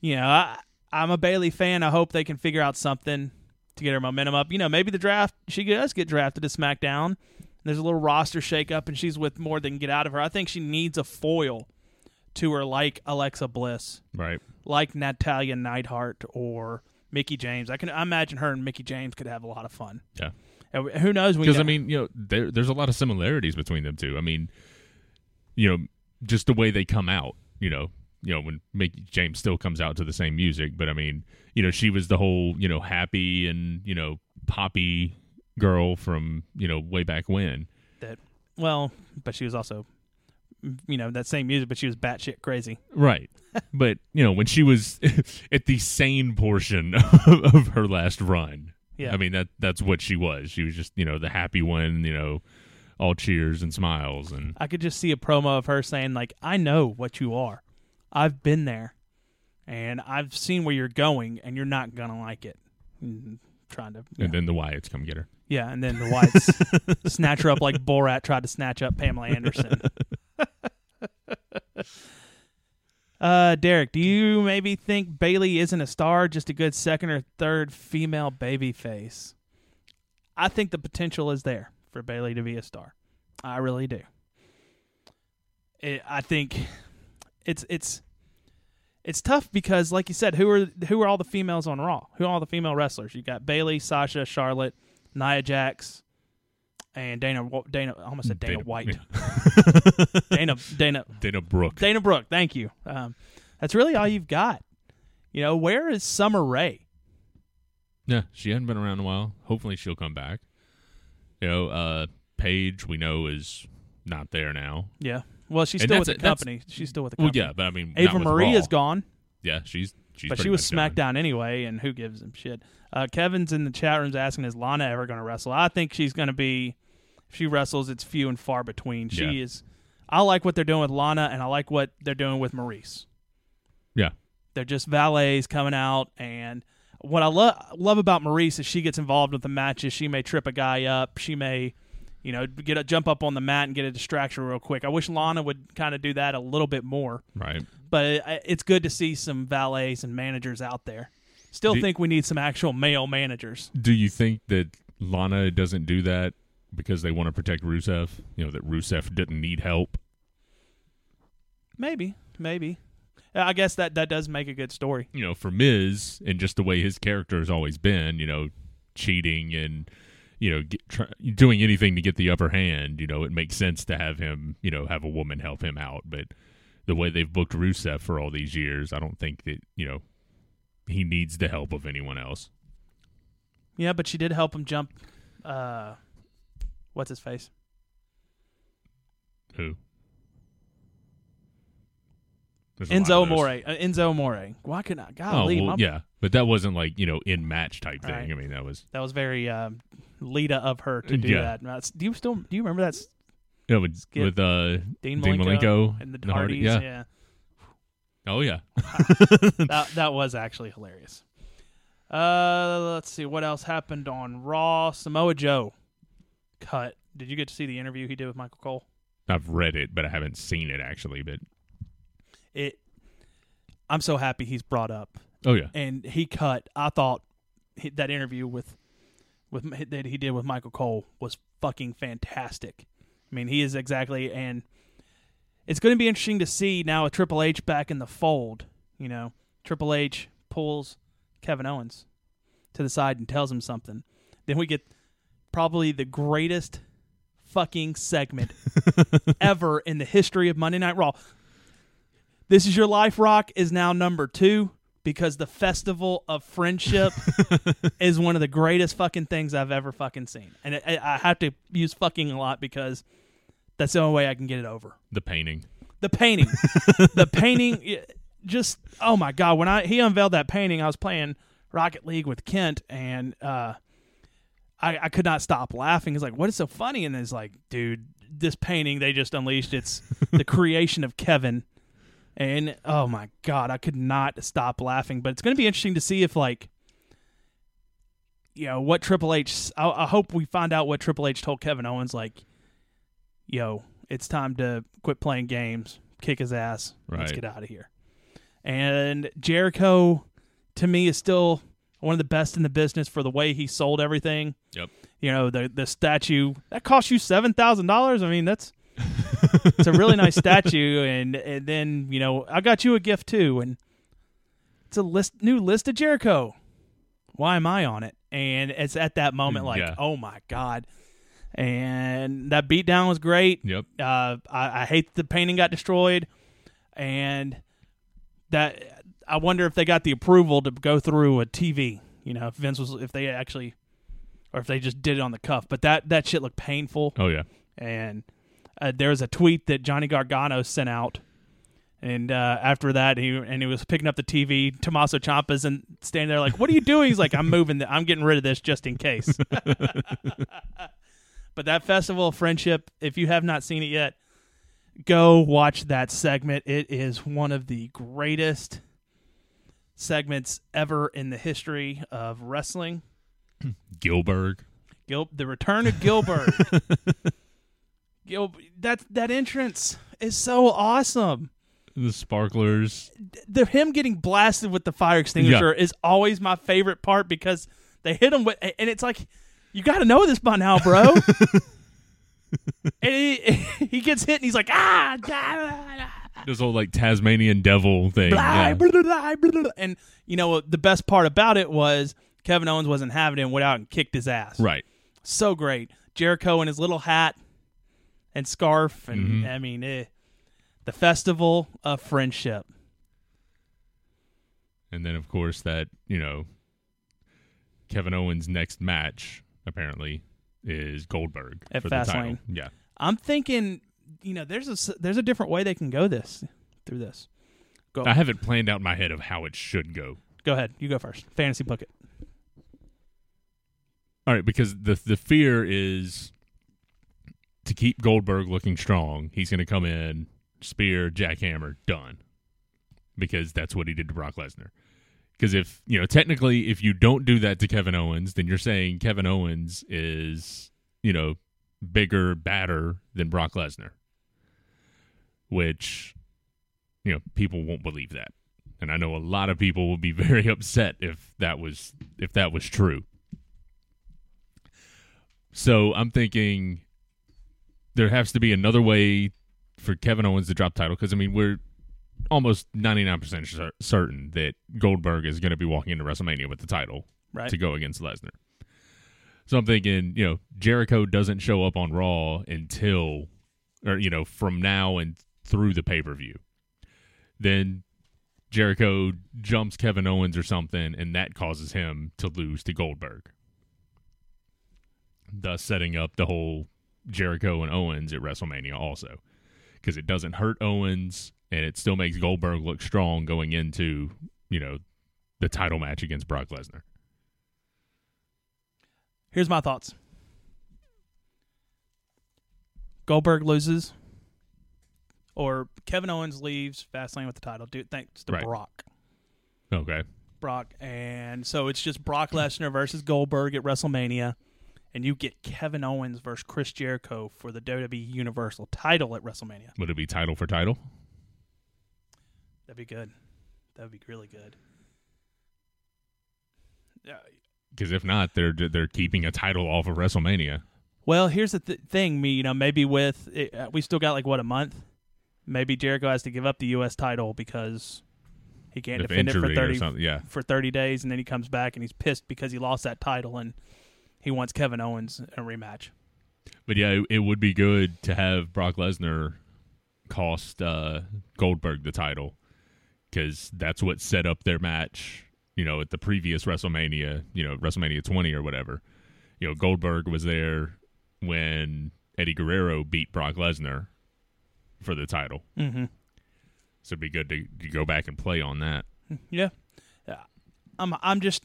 Speaker 2: you know I I'm a Bailey fan. I hope they can figure out something to get her momentum up. You know maybe the draft she does get drafted to SmackDown. There's a little roster shakeup and she's with more than get out of her. I think she needs a foil to her like Alexa Bliss,
Speaker 3: right
Speaker 2: like Natalia Neidhart or Mickey James. I can I imagine her and Mickey James could have a lot of fun.
Speaker 3: yeah
Speaker 2: And who knows? when you
Speaker 3: because I
Speaker 2: got-
Speaker 3: mean, you know, there, there's a lot of similarities between them two. I mean, you know, just the way they come out. You know, you know when Mickey James still comes out to the same music, but I mean, you know, she was the whole you know happy and you know poppy girl from you know way back when.
Speaker 2: that well, but she was also you know that same music, but she was batshit crazy.
Speaker 3: Right. but, you know, when she was at the sane portion of, of her last run.
Speaker 2: Yeah.
Speaker 3: I mean that that's what she was. She was just, you know, the happy one, you know, all cheers and smiles and
Speaker 2: I could just see a promo of her saying like, "I know what you are. I've been there, and I've seen where you're going, and you're not gonna like it." Mm, trying to yeah.
Speaker 3: and then the Wyatts come get her.
Speaker 2: yeah, and then the whites snatch her up like Borat tried to snatch up Pamela Anderson. Uh, Derek, do you maybe think Bailey isn't a star, just a good second or third female baby face? I think the potential is there for Bailey to be a star. I really do. It, I think it's it's it's tough because, like you said, who are who are all the females on Raw? Who are all the female wrestlers? You got Bailey, Sasha, Charlotte, Nia Jax, and Dana Wa- Dana. I almost said Dana, White. Dana Dana
Speaker 3: Dana Brooke.
Speaker 2: Dana Brooke, thank you. Um, that's really all you've got. You know, where is Summer Rae?
Speaker 3: Yeah, she hadn't been around in a while. Hopefully she'll come back. You know, uh Paige we know is not there now.
Speaker 2: Yeah. Well, she's
Speaker 3: And
Speaker 2: still with
Speaker 3: that's
Speaker 2: the
Speaker 3: it- that's-
Speaker 2: company. She's still with the
Speaker 3: Well,
Speaker 2: company.
Speaker 3: yeah, but I mean, not
Speaker 2: Ava
Speaker 3: with
Speaker 2: Marie
Speaker 3: Raw.
Speaker 2: is gone,
Speaker 3: Yeah, she's she's.
Speaker 2: but
Speaker 3: pretty
Speaker 2: she was
Speaker 3: much done.
Speaker 2: SmackDown anyway, and who gives him shit? Uh, Kevin's in the chat rooms asking, is Lana ever going to wrestle? I think she's going to be, if she wrestles, it's few and far between. She
Speaker 3: Yeah.
Speaker 2: is, I like what they're doing with Lana, and I like what they're doing with Maurice.
Speaker 3: Yeah,
Speaker 2: They're just valets coming out, and what I love love about Maurice is she gets involved with the matches. She may trip a guy up. She may, you know, get a jump up on the mat and get a distraction real quick. I wish Lana would kind of do that a little bit more,
Speaker 3: right.
Speaker 2: but it, it's good to see some valets and managers out there. Still
Speaker 3: Do-
Speaker 2: think we need some actual male managers.
Speaker 3: Do you think that Lana doesn't do that because they want to protect Rusev? You know that Rusev didn't need help.
Speaker 2: Maybe, maybe. I guess that that does make a good story.
Speaker 3: you know, for Miz and just the way his character has always been, you know, cheating and you know get, try, doing anything to get the upper hand, you know, it makes sense to have him, you know, have a woman help him out. But the way they've booked Rusev for all these years, I don't think that you know he needs the help of anyone else.
Speaker 2: Yeah, but she did help him jump. Uh, what's his face?
Speaker 3: Who? There's a lot
Speaker 2: Enzo
Speaker 3: of those.
Speaker 2: More. Uh, Enzo More. Why could not?
Speaker 3: Oh
Speaker 2: Golly,
Speaker 3: well,
Speaker 2: my-
Speaker 3: yeah, but that wasn't like you know in match type thing.
Speaker 2: Right.
Speaker 3: I mean, that was
Speaker 2: that was very um, Lita of her to do
Speaker 3: Yeah.
Speaker 2: that. And that's- Do you still do you remember that s-
Speaker 3: yeah with,
Speaker 2: Skip.
Speaker 3: with uh
Speaker 2: Dean
Speaker 3: Dean
Speaker 2: Malenko,
Speaker 3: Malenko
Speaker 2: and the
Speaker 3: and the Hardy-
Speaker 2: Hardys?
Speaker 3: yeah.
Speaker 2: yeah.
Speaker 3: oh yeah
Speaker 2: that that was actually hilarious. Uh, let's see what else happened on Raw. Samoa Joe cut. Did you get to see the interview he did with Michael Cole?
Speaker 3: I've read it, but I haven't seen it actually. But
Speaker 2: It. I'm so happy he's brought up,
Speaker 3: oh yeah,
Speaker 2: and he cut. I thought he, that interview with with that he did with Michael Cole was fucking fantastic. I mean, he is exactly, and it's going to be interesting to see now with Triple H back in the fold. You know, Triple H pulls Kevin Owens to the side and tells him something. Then we get probably the greatest fucking segment ever in the history of Monday Night Raw. This is your life rock is now number 2 because the festival of friendship is one of the greatest fucking things I've ever fucking seen. And it, I I have to use fucking a lot because that's the only way I can get it over
Speaker 3: the painting.
Speaker 2: the painting the painting y- just oh my god when i he unveiled that painting i was playing rocket league with kent and uh i i could not stop laughing he's like what is so funny and it's like dude this painting they just unleashed it's the creation of kevin and oh my god i could not stop laughing but it's going to be interesting to see if like you know what triple h I, I hope we find out what triple h told kevin owens like yo, it's time to quit playing games, kick his ass, let's
Speaker 3: Right.
Speaker 2: get out of here. And Jericho, to me, is still one of the best in the business for the way he sold everything.
Speaker 3: Yep.
Speaker 2: You know, the the statue that cost you seven thousand dollars. I mean, that's it's a really nice statue, and and then you know, I got you a gift too, and it's a list new list of Jericho. Why am I on it? And it's at that moment, like,
Speaker 3: Yeah.
Speaker 2: oh my god. And that beatdown was great
Speaker 3: Yep.
Speaker 2: uh, I, I hate the painting got destroyed, and that I wonder if they got the approval to go through a TV. You know, if Vince was if they actually, or if they just did it on the cuff. But that that shit looked painful,
Speaker 3: Oh yeah.
Speaker 2: and uh, there was a tweet that Johnny Gargano sent out. And uh, after that, he and he was picking up the TV. Tommaso Ciampa's and standing there like, "What are you doing?" He's like, "I'm moving. The, I'm getting rid of this just in case." but that festival of friendship, if you have not seen it yet, go watch that segment. It is one of the greatest segments ever in the history of wrestling.
Speaker 3: Gilberg.
Speaker 2: Gil- the return of Gilbert. Gil- that that entrance is so awesome.
Speaker 3: The sparklers.
Speaker 2: The him getting blasted with the fire extinguisher is always my favorite part because they hit him with, and it's like you got to know this by now, bro. and he, he gets hit, and he's like, ah, da,
Speaker 3: This whole like Tasmanian devil thing.
Speaker 2: blah,
Speaker 3: yeah.
Speaker 2: blah, blah, blah, blah, blah. and you know the best part about it was Kevin Owens wasn't having it, and went out and kicked his ass.
Speaker 3: Right.
Speaker 2: so great. Jericho in his little hat and scarf, and
Speaker 3: Mm-hmm.
Speaker 2: I mean, eh. the festival of friendship.
Speaker 3: And then of course that you know Kevin Owens' next match apparently is Goldberg
Speaker 2: At
Speaker 3: for the title.
Speaker 2: Fastlane.
Speaker 3: Yeah.
Speaker 2: I'm thinking, you know, there's a s- there's a different way they can go this through this. Go
Speaker 3: I have it planned out in my head of how it should go.
Speaker 2: go ahead, you go first. Fantasy book it.
Speaker 3: All right, because the the fear is to keep Goldberg looking strong. He's going to come in, spear, jackhammer, done. Because that's what he did to Brock Lesnar. Because if you know, technically, if you don't do that to Kevin Owens, then you're saying Kevin Owens is you know bigger, badder than Brock Lesnar, which you know people won't believe that, and I know a lot of people will be very upset if that was if that was true. So I'm thinking there has to be another way for Kevin Owens to drop title because I mean we're almost 99% cer- certain that Goldberg is going to be walking into WrestleMania with the title
Speaker 2: Right.
Speaker 3: to go against Lesnar. So I'm thinking, you know, Jericho doesn't show up on Raw until, or, you know, from now and through the pay per view. Then Jericho jumps Kevin Owens or something, and that causes him to lose to Goldberg. Thus setting up the whole Jericho and Owens at WrestleMania also. Because it doesn't hurt Owens and it still makes Goldberg look strong going into, you know, the title match against Brock Lesnar.
Speaker 2: Here's my thoughts. Goldberg loses, or Kevin Owens leaves Fastlane with the title, dude. Thanks to
Speaker 3: Right.
Speaker 2: Brock.
Speaker 3: Okay.
Speaker 2: Brock, and so it's just Brock Lesnar versus Goldberg at WrestleMania, and you get Kevin Owens versus Chris Jericho for the WWE Universal title at WrestleMania.
Speaker 3: Would it be title for title?
Speaker 2: That'd be good. That'd be really good. Yeah.
Speaker 3: Because if not, they're they're keeping a title off of WrestleMania.
Speaker 2: Well, here's the th- thing, me. You know, maybe with it, uh, we still got like what a month. Maybe Jericho has to give up the U.S. title because he can't
Speaker 3: If
Speaker 2: defend it for
Speaker 3: injury or
Speaker 2: thirty
Speaker 3: something, yeah.
Speaker 2: for thirty days, and then he comes back and he's pissed because he lost that title and he wants Kevin Owens in a rematch.
Speaker 3: But yeah, it, it would be good to have Brock Lesnar cost uh, Goldberg the title because that's what set up their match. You know, at the previous WrestleMania, you know WrestleMania 20 or whatever. You know, Goldberg was there when Eddie Guerrero beat Brock Lesnar for the title.
Speaker 2: Mm-hmm.
Speaker 3: So it'd be good to, to go back and play on that.
Speaker 2: Yeah. Yeah. I'm I'm just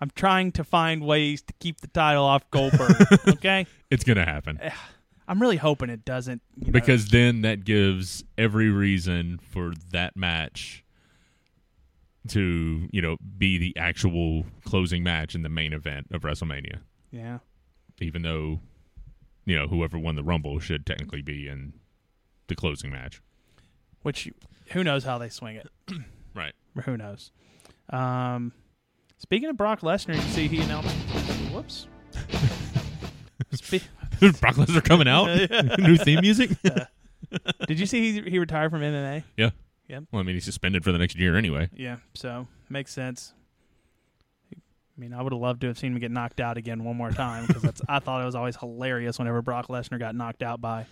Speaker 2: I'm trying to find ways to keep the title off Goldberg. okay.
Speaker 3: It's gonna happen.
Speaker 2: I'm really hoping it doesn't you know.
Speaker 3: because then that gives every reason for that match to you know be the actual closing match in the main event of WrestleMania,
Speaker 2: yeah.
Speaker 3: even though you know whoever won the Rumble should technically be in the closing match.
Speaker 2: Which who knows how they swing it.
Speaker 3: Right.
Speaker 2: who knows. Um, speaking of Brock Lesnar, you see he announced. Whoops. Spe-
Speaker 3: Brock Lesnar coming out. New theme music.
Speaker 2: Did you see he, he retired from MMA?
Speaker 3: yeah.
Speaker 2: Yep.
Speaker 3: Well, I mean, he's suspended for the next year anyway.
Speaker 2: Yeah, so makes sense. I mean, I would have loved to have seen him get knocked out again one more time because I thought it was always hilarious whenever Brock Lesnar got knocked out by.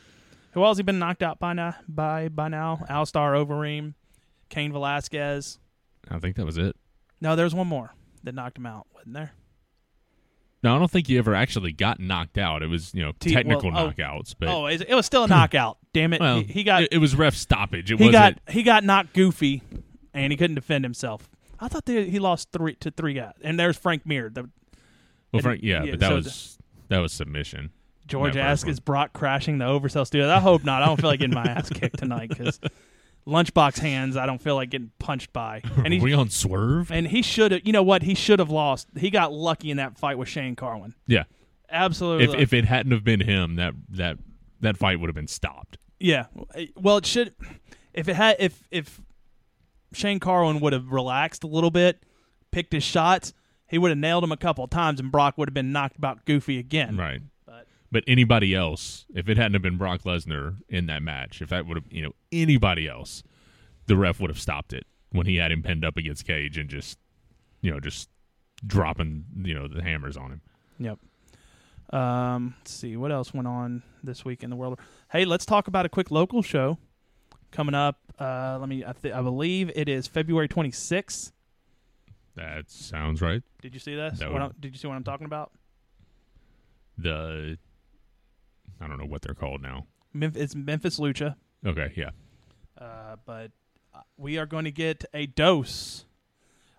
Speaker 2: Who else he been knocked out by now? By by now, Alstar Overeem, Kane Velasquez.
Speaker 3: I think that was it.
Speaker 2: No, there's one more that knocked him out, wasn't there?
Speaker 3: No, I don't think he ever actually got knocked out. It was you know
Speaker 2: T- well,
Speaker 3: technical
Speaker 2: oh.
Speaker 3: knockouts, but
Speaker 2: oh, it it was still a knockout. Damn it!
Speaker 3: well,
Speaker 2: he, he got
Speaker 3: it, it was ref stoppage. It
Speaker 2: he
Speaker 3: wasn't.
Speaker 2: got he got knocked goofy, and he couldn't defend himself. I thought that he lost three to three guys, and there's Frank Mir, the
Speaker 3: Well,
Speaker 2: And-
Speaker 3: Frank, yeah,
Speaker 2: yeah,
Speaker 3: but that
Speaker 2: so
Speaker 3: was that was submission.
Speaker 2: George
Speaker 3: Matt
Speaker 2: ask
Speaker 3: Bergman.
Speaker 2: is Brock crashing the oversell studio. I hope not. I don't feel like getting my ass kicked tonight because lunchbox hands. I don't feel like getting punched by. And
Speaker 3: Are
Speaker 2: he
Speaker 3: we on swerve?
Speaker 2: and he should have. You know what? He should have lost. He got lucky in that fight with Shane Carwin.
Speaker 3: Yeah. If
Speaker 2: Absolutely.
Speaker 3: if it hadn't have been him, that that that fight would have been stopped.
Speaker 2: Yeah. Well, it should. If it had, if if Shane Carwin would have relaxed a little bit, picked his shots, he would have nailed him a couple of times, and Brock would have been knocked about goofy again.
Speaker 3: Right.
Speaker 2: But-
Speaker 3: But anybody else, if it hadn't have been Brock Lesnar in that match, if that would have you know anybody else, the ref would have stopped it when he had him pinned up against Cage and just you know just dropping you know the hammers on him.
Speaker 2: Yep. Um, let's see what else went on this week in the world. Hey, let's talk about a quick local show coming up. Uh, let me. I, th- I believe it is February 26th.
Speaker 3: That sounds right.
Speaker 2: Did you see this?
Speaker 3: That
Speaker 2: What
Speaker 3: would-
Speaker 2: I'm- did you see what I'm talking about?
Speaker 3: The I don't know what they're called now.
Speaker 2: Memphis, it's Memphis Lucha.
Speaker 3: Okay, yeah.
Speaker 2: Uh, but uh, we are going to get a dose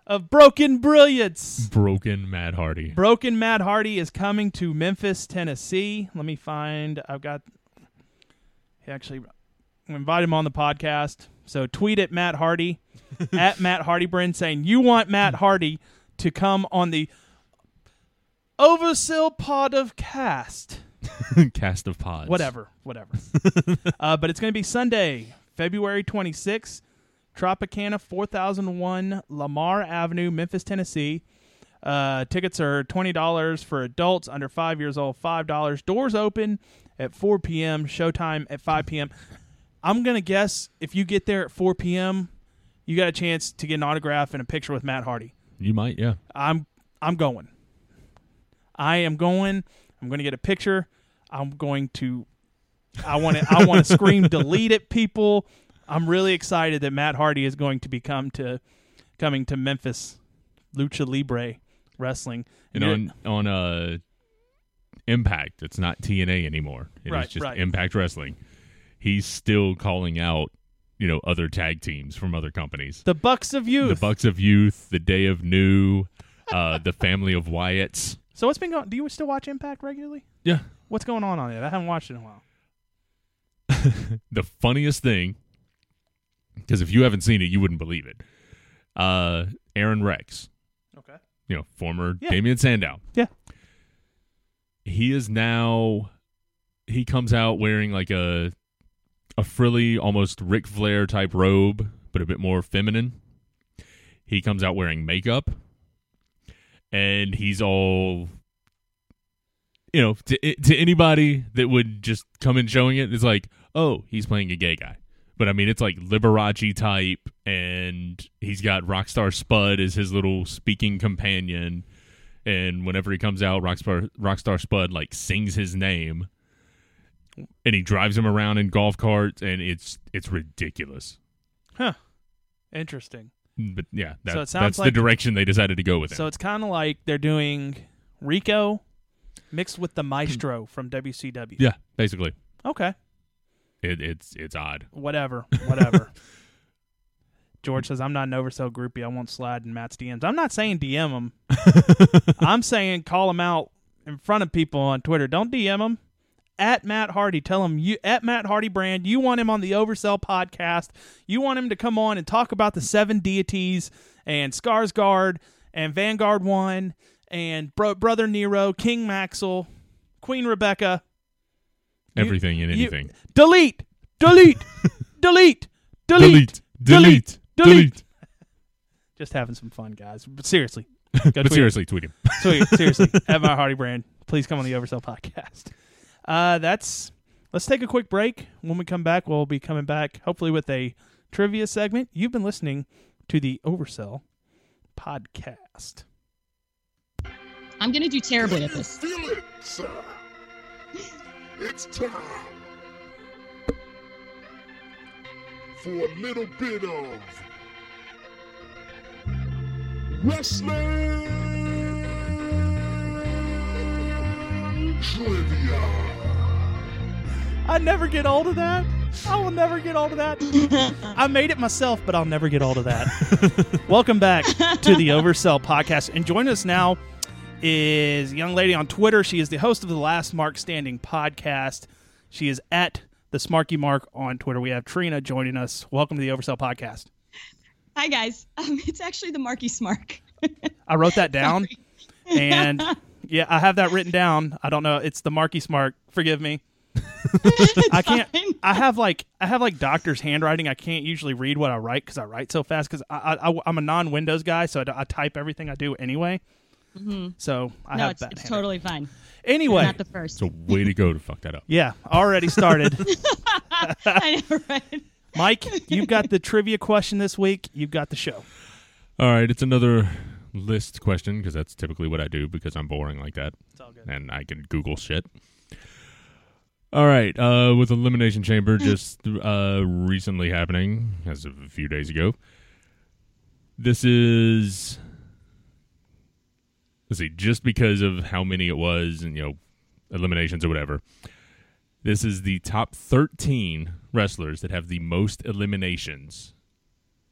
Speaker 2: of broken brilliance.
Speaker 3: Broken Matt Hardy.
Speaker 2: Broken Matt Hardy is coming to Memphis, Tennessee. Let me find. I've got. He actually I invited him on the podcast. So tweet at Matt Hardy at Matt Hardy Brand saying you want Matt Hardy to come on the Oversill Pod of Cast
Speaker 3: Cast of pods.
Speaker 2: whatever, whatever. uh, but it's going to be Sunday, February 26th, Tropicana 4001 Lamar Avenue, Memphis, Tennessee. Uh, tickets are $20 for adults under five years old, $5. Doors open at 4 p.m., showtime at 5 p.m. I'm gonna guess if you get there at 4 p.m., you got a chance to get an autograph and a picture with Matt Hardy.
Speaker 3: You might, yeah.
Speaker 2: I'm I'm going. I am going. I'm going to get a picture. I'm going to. I want to. I want to scream, delete it, people. I'm really excited that Matt Hardy is going to become to coming to Memphis Lucha Libre wrestling.
Speaker 3: And
Speaker 2: you're-
Speaker 3: on on uh, Impact, it's not TNA anymore. It's
Speaker 2: Right,
Speaker 3: just
Speaker 2: right.
Speaker 3: Impact Wrestling. He's still calling out, you know, other tag teams from other companies.
Speaker 2: the Bucks of Youth.
Speaker 3: The Bucks of Youth, the Day of New, uh, the Family of Wyatts.
Speaker 2: So what's been going? Do you still watch Impact regularly?
Speaker 3: Yeah.
Speaker 2: What's going on on it? I haven't watched it in a while.
Speaker 3: The funniest thing, because if you haven't seen it, you wouldn't believe it. Uh, Aaron Rex,
Speaker 2: Okay.
Speaker 3: you know, former
Speaker 2: Yeah.
Speaker 3: Damian Sandow.
Speaker 2: Yeah.
Speaker 3: He is now he comes out wearing like a a frilly, almost Ric Flair type robe, but a bit more feminine. He comes out wearing makeup and he's all you know, to to anybody that would just come in showing it, it's like, "Oh, he's playing a gay guy." But I mean, it's like Liberace type, and he's got Rockstar Spud as his little speaking companion. And whenever he comes out, Rockstar Rockstar Spud like sings his name, and he drives him around in golf carts, and it's it's ridiculous.
Speaker 2: Huh. Interesting.
Speaker 3: But yeah, that,
Speaker 2: So it sounds
Speaker 3: that's
Speaker 2: like-
Speaker 3: the direction they decided to go with it.
Speaker 2: So it's kind of like they're doing Rico mixed with the Maestro from WCW.
Speaker 3: yeah, basically,
Speaker 2: Okay.
Speaker 3: it, it's it's odd.
Speaker 2: Whatever. Whatever. George says, I'm not an oversell groupie. I won't slide in Matt's DMs. I'm not saying DM him. I'm saying call him out in front of people on Twitter. Don't DM him. At Matt Hardy, tell him you at Matt Hardy brand. You want him on the Oversell podcast. You want him to come on and talk about the seven deities and Skarsgård and Vanguard One and Bro- brother Nero, King Maxwell, Queen Rebecca. You-
Speaker 3: Everything and
Speaker 2: you-
Speaker 3: anything.
Speaker 2: delete, delete, delete, delete, delete, delete, Just having some fun, guys. But seriously, go
Speaker 3: But
Speaker 2: tweet.
Speaker 3: seriously, tweet him.
Speaker 2: Tweet, seriously, at my Hardy brand, please come on the Oversell podcast. Uh, that's. Let's take a quick break. When we come back, we'll be coming back hopefully with a trivia segment. You've been listening to the Oversell podcast.
Speaker 5: I'm going to do terribly at this.
Speaker 4: Feel it, sir. It's time for a little bit of wrestling trivia.
Speaker 2: I never get old of that. I will never get old of that. I made it myself, but I'll never get old of that. Welcome back to the Oversell podcast. And joining us now is a young lady on Twitter. She is the host of the Last Mark Standing podcast. She is at the Smarky Mark on Twitter. We have Trina joining us. Welcome to the Oversell podcast.
Speaker 5: Hi, guys. Um, it's actually the Marky Smark.
Speaker 2: I wrote that down. and yeah, I have that written down. I don't know. It's the Marky Smart. Forgive me. I can't.
Speaker 5: fine.
Speaker 2: I have like I have like doctor's handwriting. I can't usually read what I write because I write so fast. Because I, I, I am a non Windows guy, so I, d- I type everything I do anyway. So I
Speaker 5: Mm-hmm. no,
Speaker 2: have
Speaker 5: it's,
Speaker 2: bad
Speaker 5: it's
Speaker 2: handwriting.
Speaker 5: totally fine.
Speaker 2: Anyway,
Speaker 5: Not the first.
Speaker 3: It's a way to go to fuck that up.
Speaker 2: yeah, already started.
Speaker 5: I know, right?
Speaker 2: Mike, you've got the trivia question this week. You've got the show.
Speaker 3: All right, it's another list question because that's typically what I do because I'm boring like that
Speaker 2: It's all good.
Speaker 3: and I can Google shit. All right, uh, with Elimination Chamber
Speaker 2: Hmm.
Speaker 3: just uh, recently happening as of a few days ago, this is let's see, just because of how many it was and you know eliminations or whatever. This is the top 13 wrestlers that have the most eliminations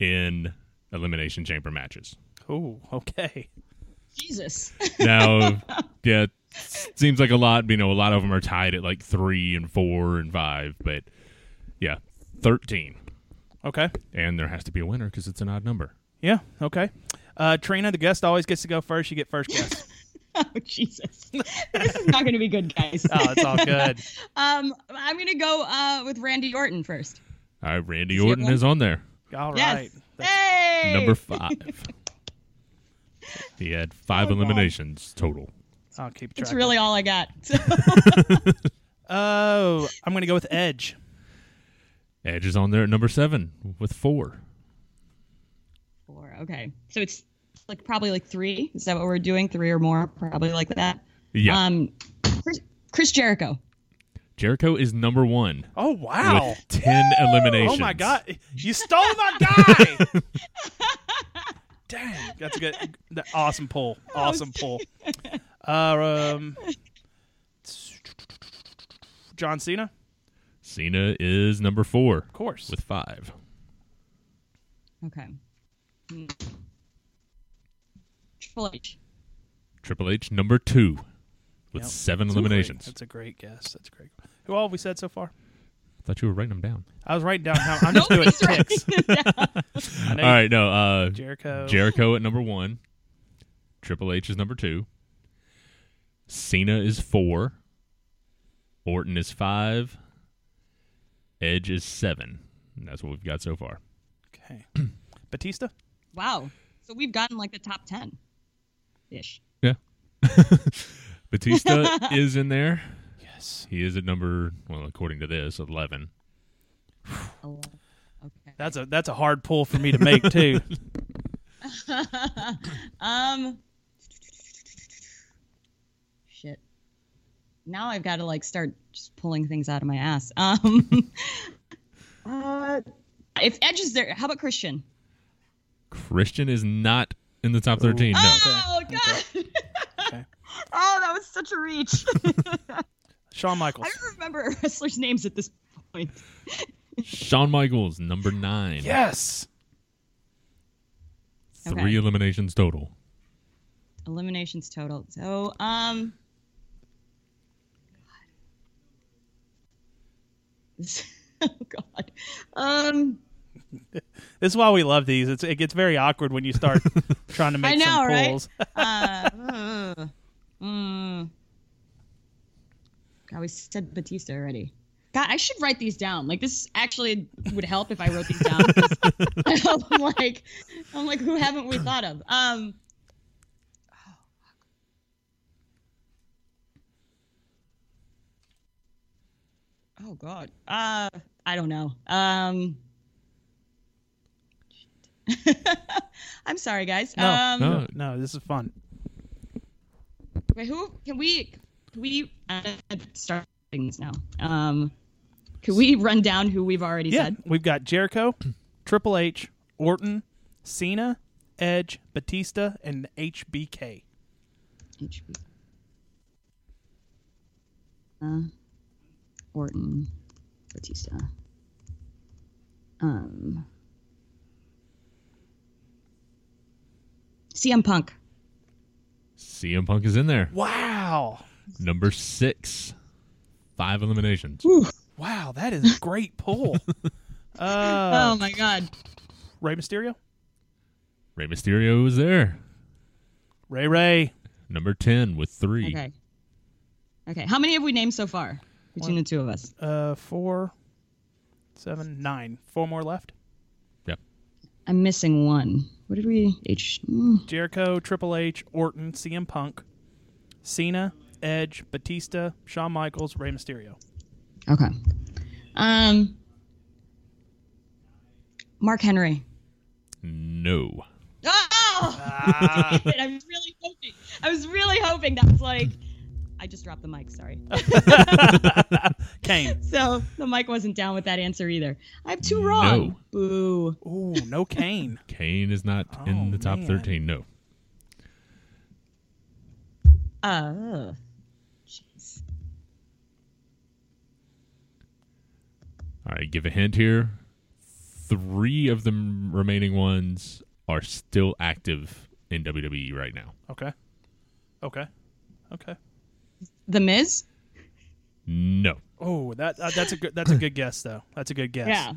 Speaker 3: in elimination chamber matches.
Speaker 2: Oh, okay.
Speaker 5: Jesus.
Speaker 3: now yeah it seems like a lot you know a lot of them are tied at like three and four and five but yeah 13
Speaker 2: Okay.
Speaker 3: and there has to be a winner because it's an odd number
Speaker 2: Yeah. Okay. Uh, Trina, the guest always gets to go first. You get first guess.
Speaker 5: Oh, Jesus. this is not going to be good, guys.
Speaker 2: oh, it's all good.
Speaker 5: Um, I'm going to go uh, with Randy Orton first.
Speaker 3: all right randy
Speaker 5: Is he
Speaker 3: orton
Speaker 5: one?
Speaker 3: is on there
Speaker 2: All right.
Speaker 5: Yes.
Speaker 2: That's-
Speaker 5: Hey!
Speaker 3: number five he had five
Speaker 5: Oh, God.
Speaker 3: eliminations total
Speaker 2: I'll keep track.
Speaker 5: It's really all I got. So,
Speaker 2: Oh, I'm gonna go with Edge.
Speaker 3: Edge is on there at number seven with four.
Speaker 5: Four. Okay. So it's like probably like three. Is that what we're doing? Three or more? Probably like that.
Speaker 3: Yeah,
Speaker 5: Um, Chris, Chris Jericho.
Speaker 3: Jericho is number one
Speaker 2: Oh wow.
Speaker 3: with ten eliminations.
Speaker 2: Oh my god, you stole my guy! Dang, that's a good, that- awesome pull,
Speaker 5: Oh,
Speaker 2: awesome pull. Uh, um, John Cena,
Speaker 3: Cena is number four
Speaker 2: of course.
Speaker 3: with five.
Speaker 5: Okay. Hmm. Triple H.
Speaker 3: Triple H number two with
Speaker 2: Yep.
Speaker 3: seven
Speaker 2: That's a great-
Speaker 3: eliminations.
Speaker 2: That's a great guess. That's great. Who all have we said so far?
Speaker 3: I thought you were writing them down.
Speaker 2: I was writing down. How, I'm just doing
Speaker 5: Nobody's
Speaker 2: ticks. I
Speaker 3: All
Speaker 2: know
Speaker 3: right, no. Uh,
Speaker 2: Jericho.
Speaker 3: Jericho at number one. Triple H is number two. Cena is four. Orton is five. Edge is seven. And that's what we've got so far.
Speaker 2: okay. Batista.
Speaker 5: Wow. So we've gotten like the top 10 ish.
Speaker 3: Yeah. Batista is in there.
Speaker 2: Yes,
Speaker 3: He is at number, well, according to this, 11.
Speaker 5: Okay.
Speaker 2: that's a that's a hard pull for me to make too.
Speaker 5: um. Shit. Now I've got to like start just pulling things out of my ass. Um. uh, if Edge is there, how about Christian?
Speaker 3: Christian is not in the top 13. No.
Speaker 2: Ah!
Speaker 5: Oh God!
Speaker 2: Okay.
Speaker 5: oh, that was such a reach.
Speaker 2: Shawn
Speaker 5: I
Speaker 2: Michaels.
Speaker 5: don't remember wrestlers' names at this point.
Speaker 3: Shawn Michaels, number nine.
Speaker 2: Yes.
Speaker 3: Three
Speaker 5: Okay.
Speaker 3: eliminations total.
Speaker 5: Eliminations total. So, um. Oh God. Um.
Speaker 2: This is why we love these. It's, it gets very awkward when you start trying to make
Speaker 5: I know,
Speaker 2: some
Speaker 5: right?
Speaker 2: pulls.
Speaker 5: Uh, mm. God, we said Batista already. God, I should write these down. Like this actually would help if I wrote these down. 'cause I'm like, I'm like, who haven't we thought of? Um, oh God, uh, I don't know. Um, I'm sorry, guys.
Speaker 2: No,
Speaker 5: um,
Speaker 2: no, no, this is fun.
Speaker 5: Wait, who can we can we uh, start things now? Um, can we run down who we've already
Speaker 2: Yeah,
Speaker 5: said?
Speaker 2: we've got Jericho, Triple H, Orton, Cena, Edge, Batista, and HBK.
Speaker 5: HB. Uh, Orton, Batista. Um, CM Punk.
Speaker 3: CM Punk is in there.
Speaker 2: Wow,
Speaker 3: Number six. Five eliminations.
Speaker 2: wow, that is a great pull. Uh,
Speaker 5: Oh my God.
Speaker 2: Rey Mysterio,
Speaker 3: Rey Mysterio is there.
Speaker 2: Ray Ray.
Speaker 3: Number 10 with three.
Speaker 5: Okay. Okay. How many have we named so far between the two of us?
Speaker 2: Uh, four, seven, nine. Four more left.
Speaker 3: Yep.
Speaker 5: I'm missing one. What did we? H. mm.
Speaker 2: Jericho, Triple H, Orton, CM Punk, Cena, Edge, Batista, Shawn Michaels, Rey Mysterio.
Speaker 5: Okay. Um, Mark Henry.
Speaker 3: No.
Speaker 5: Oh,
Speaker 2: Ah,
Speaker 5: shit, I was really hoping. I was really hoping that was like. I just dropped the mic. Sorry.
Speaker 2: Kane.
Speaker 5: so the mic wasn't down with that answer either. I have two
Speaker 3: No.
Speaker 5: wrong. Boo.
Speaker 2: Ooh, no Kane.
Speaker 3: Kane is not in
Speaker 2: Oh,
Speaker 3: the top
Speaker 2: man.
Speaker 3: 13. No.
Speaker 5: Uh. Jeez.
Speaker 3: All right, give a hint here. Three of the m- remaining ones are still active in WWE right now.
Speaker 2: Okay. Okay. Okay.
Speaker 5: The Miz.
Speaker 3: No.
Speaker 2: Oh, that uh, that's a good that's a good guess though. That's a good guess.
Speaker 5: Yeah.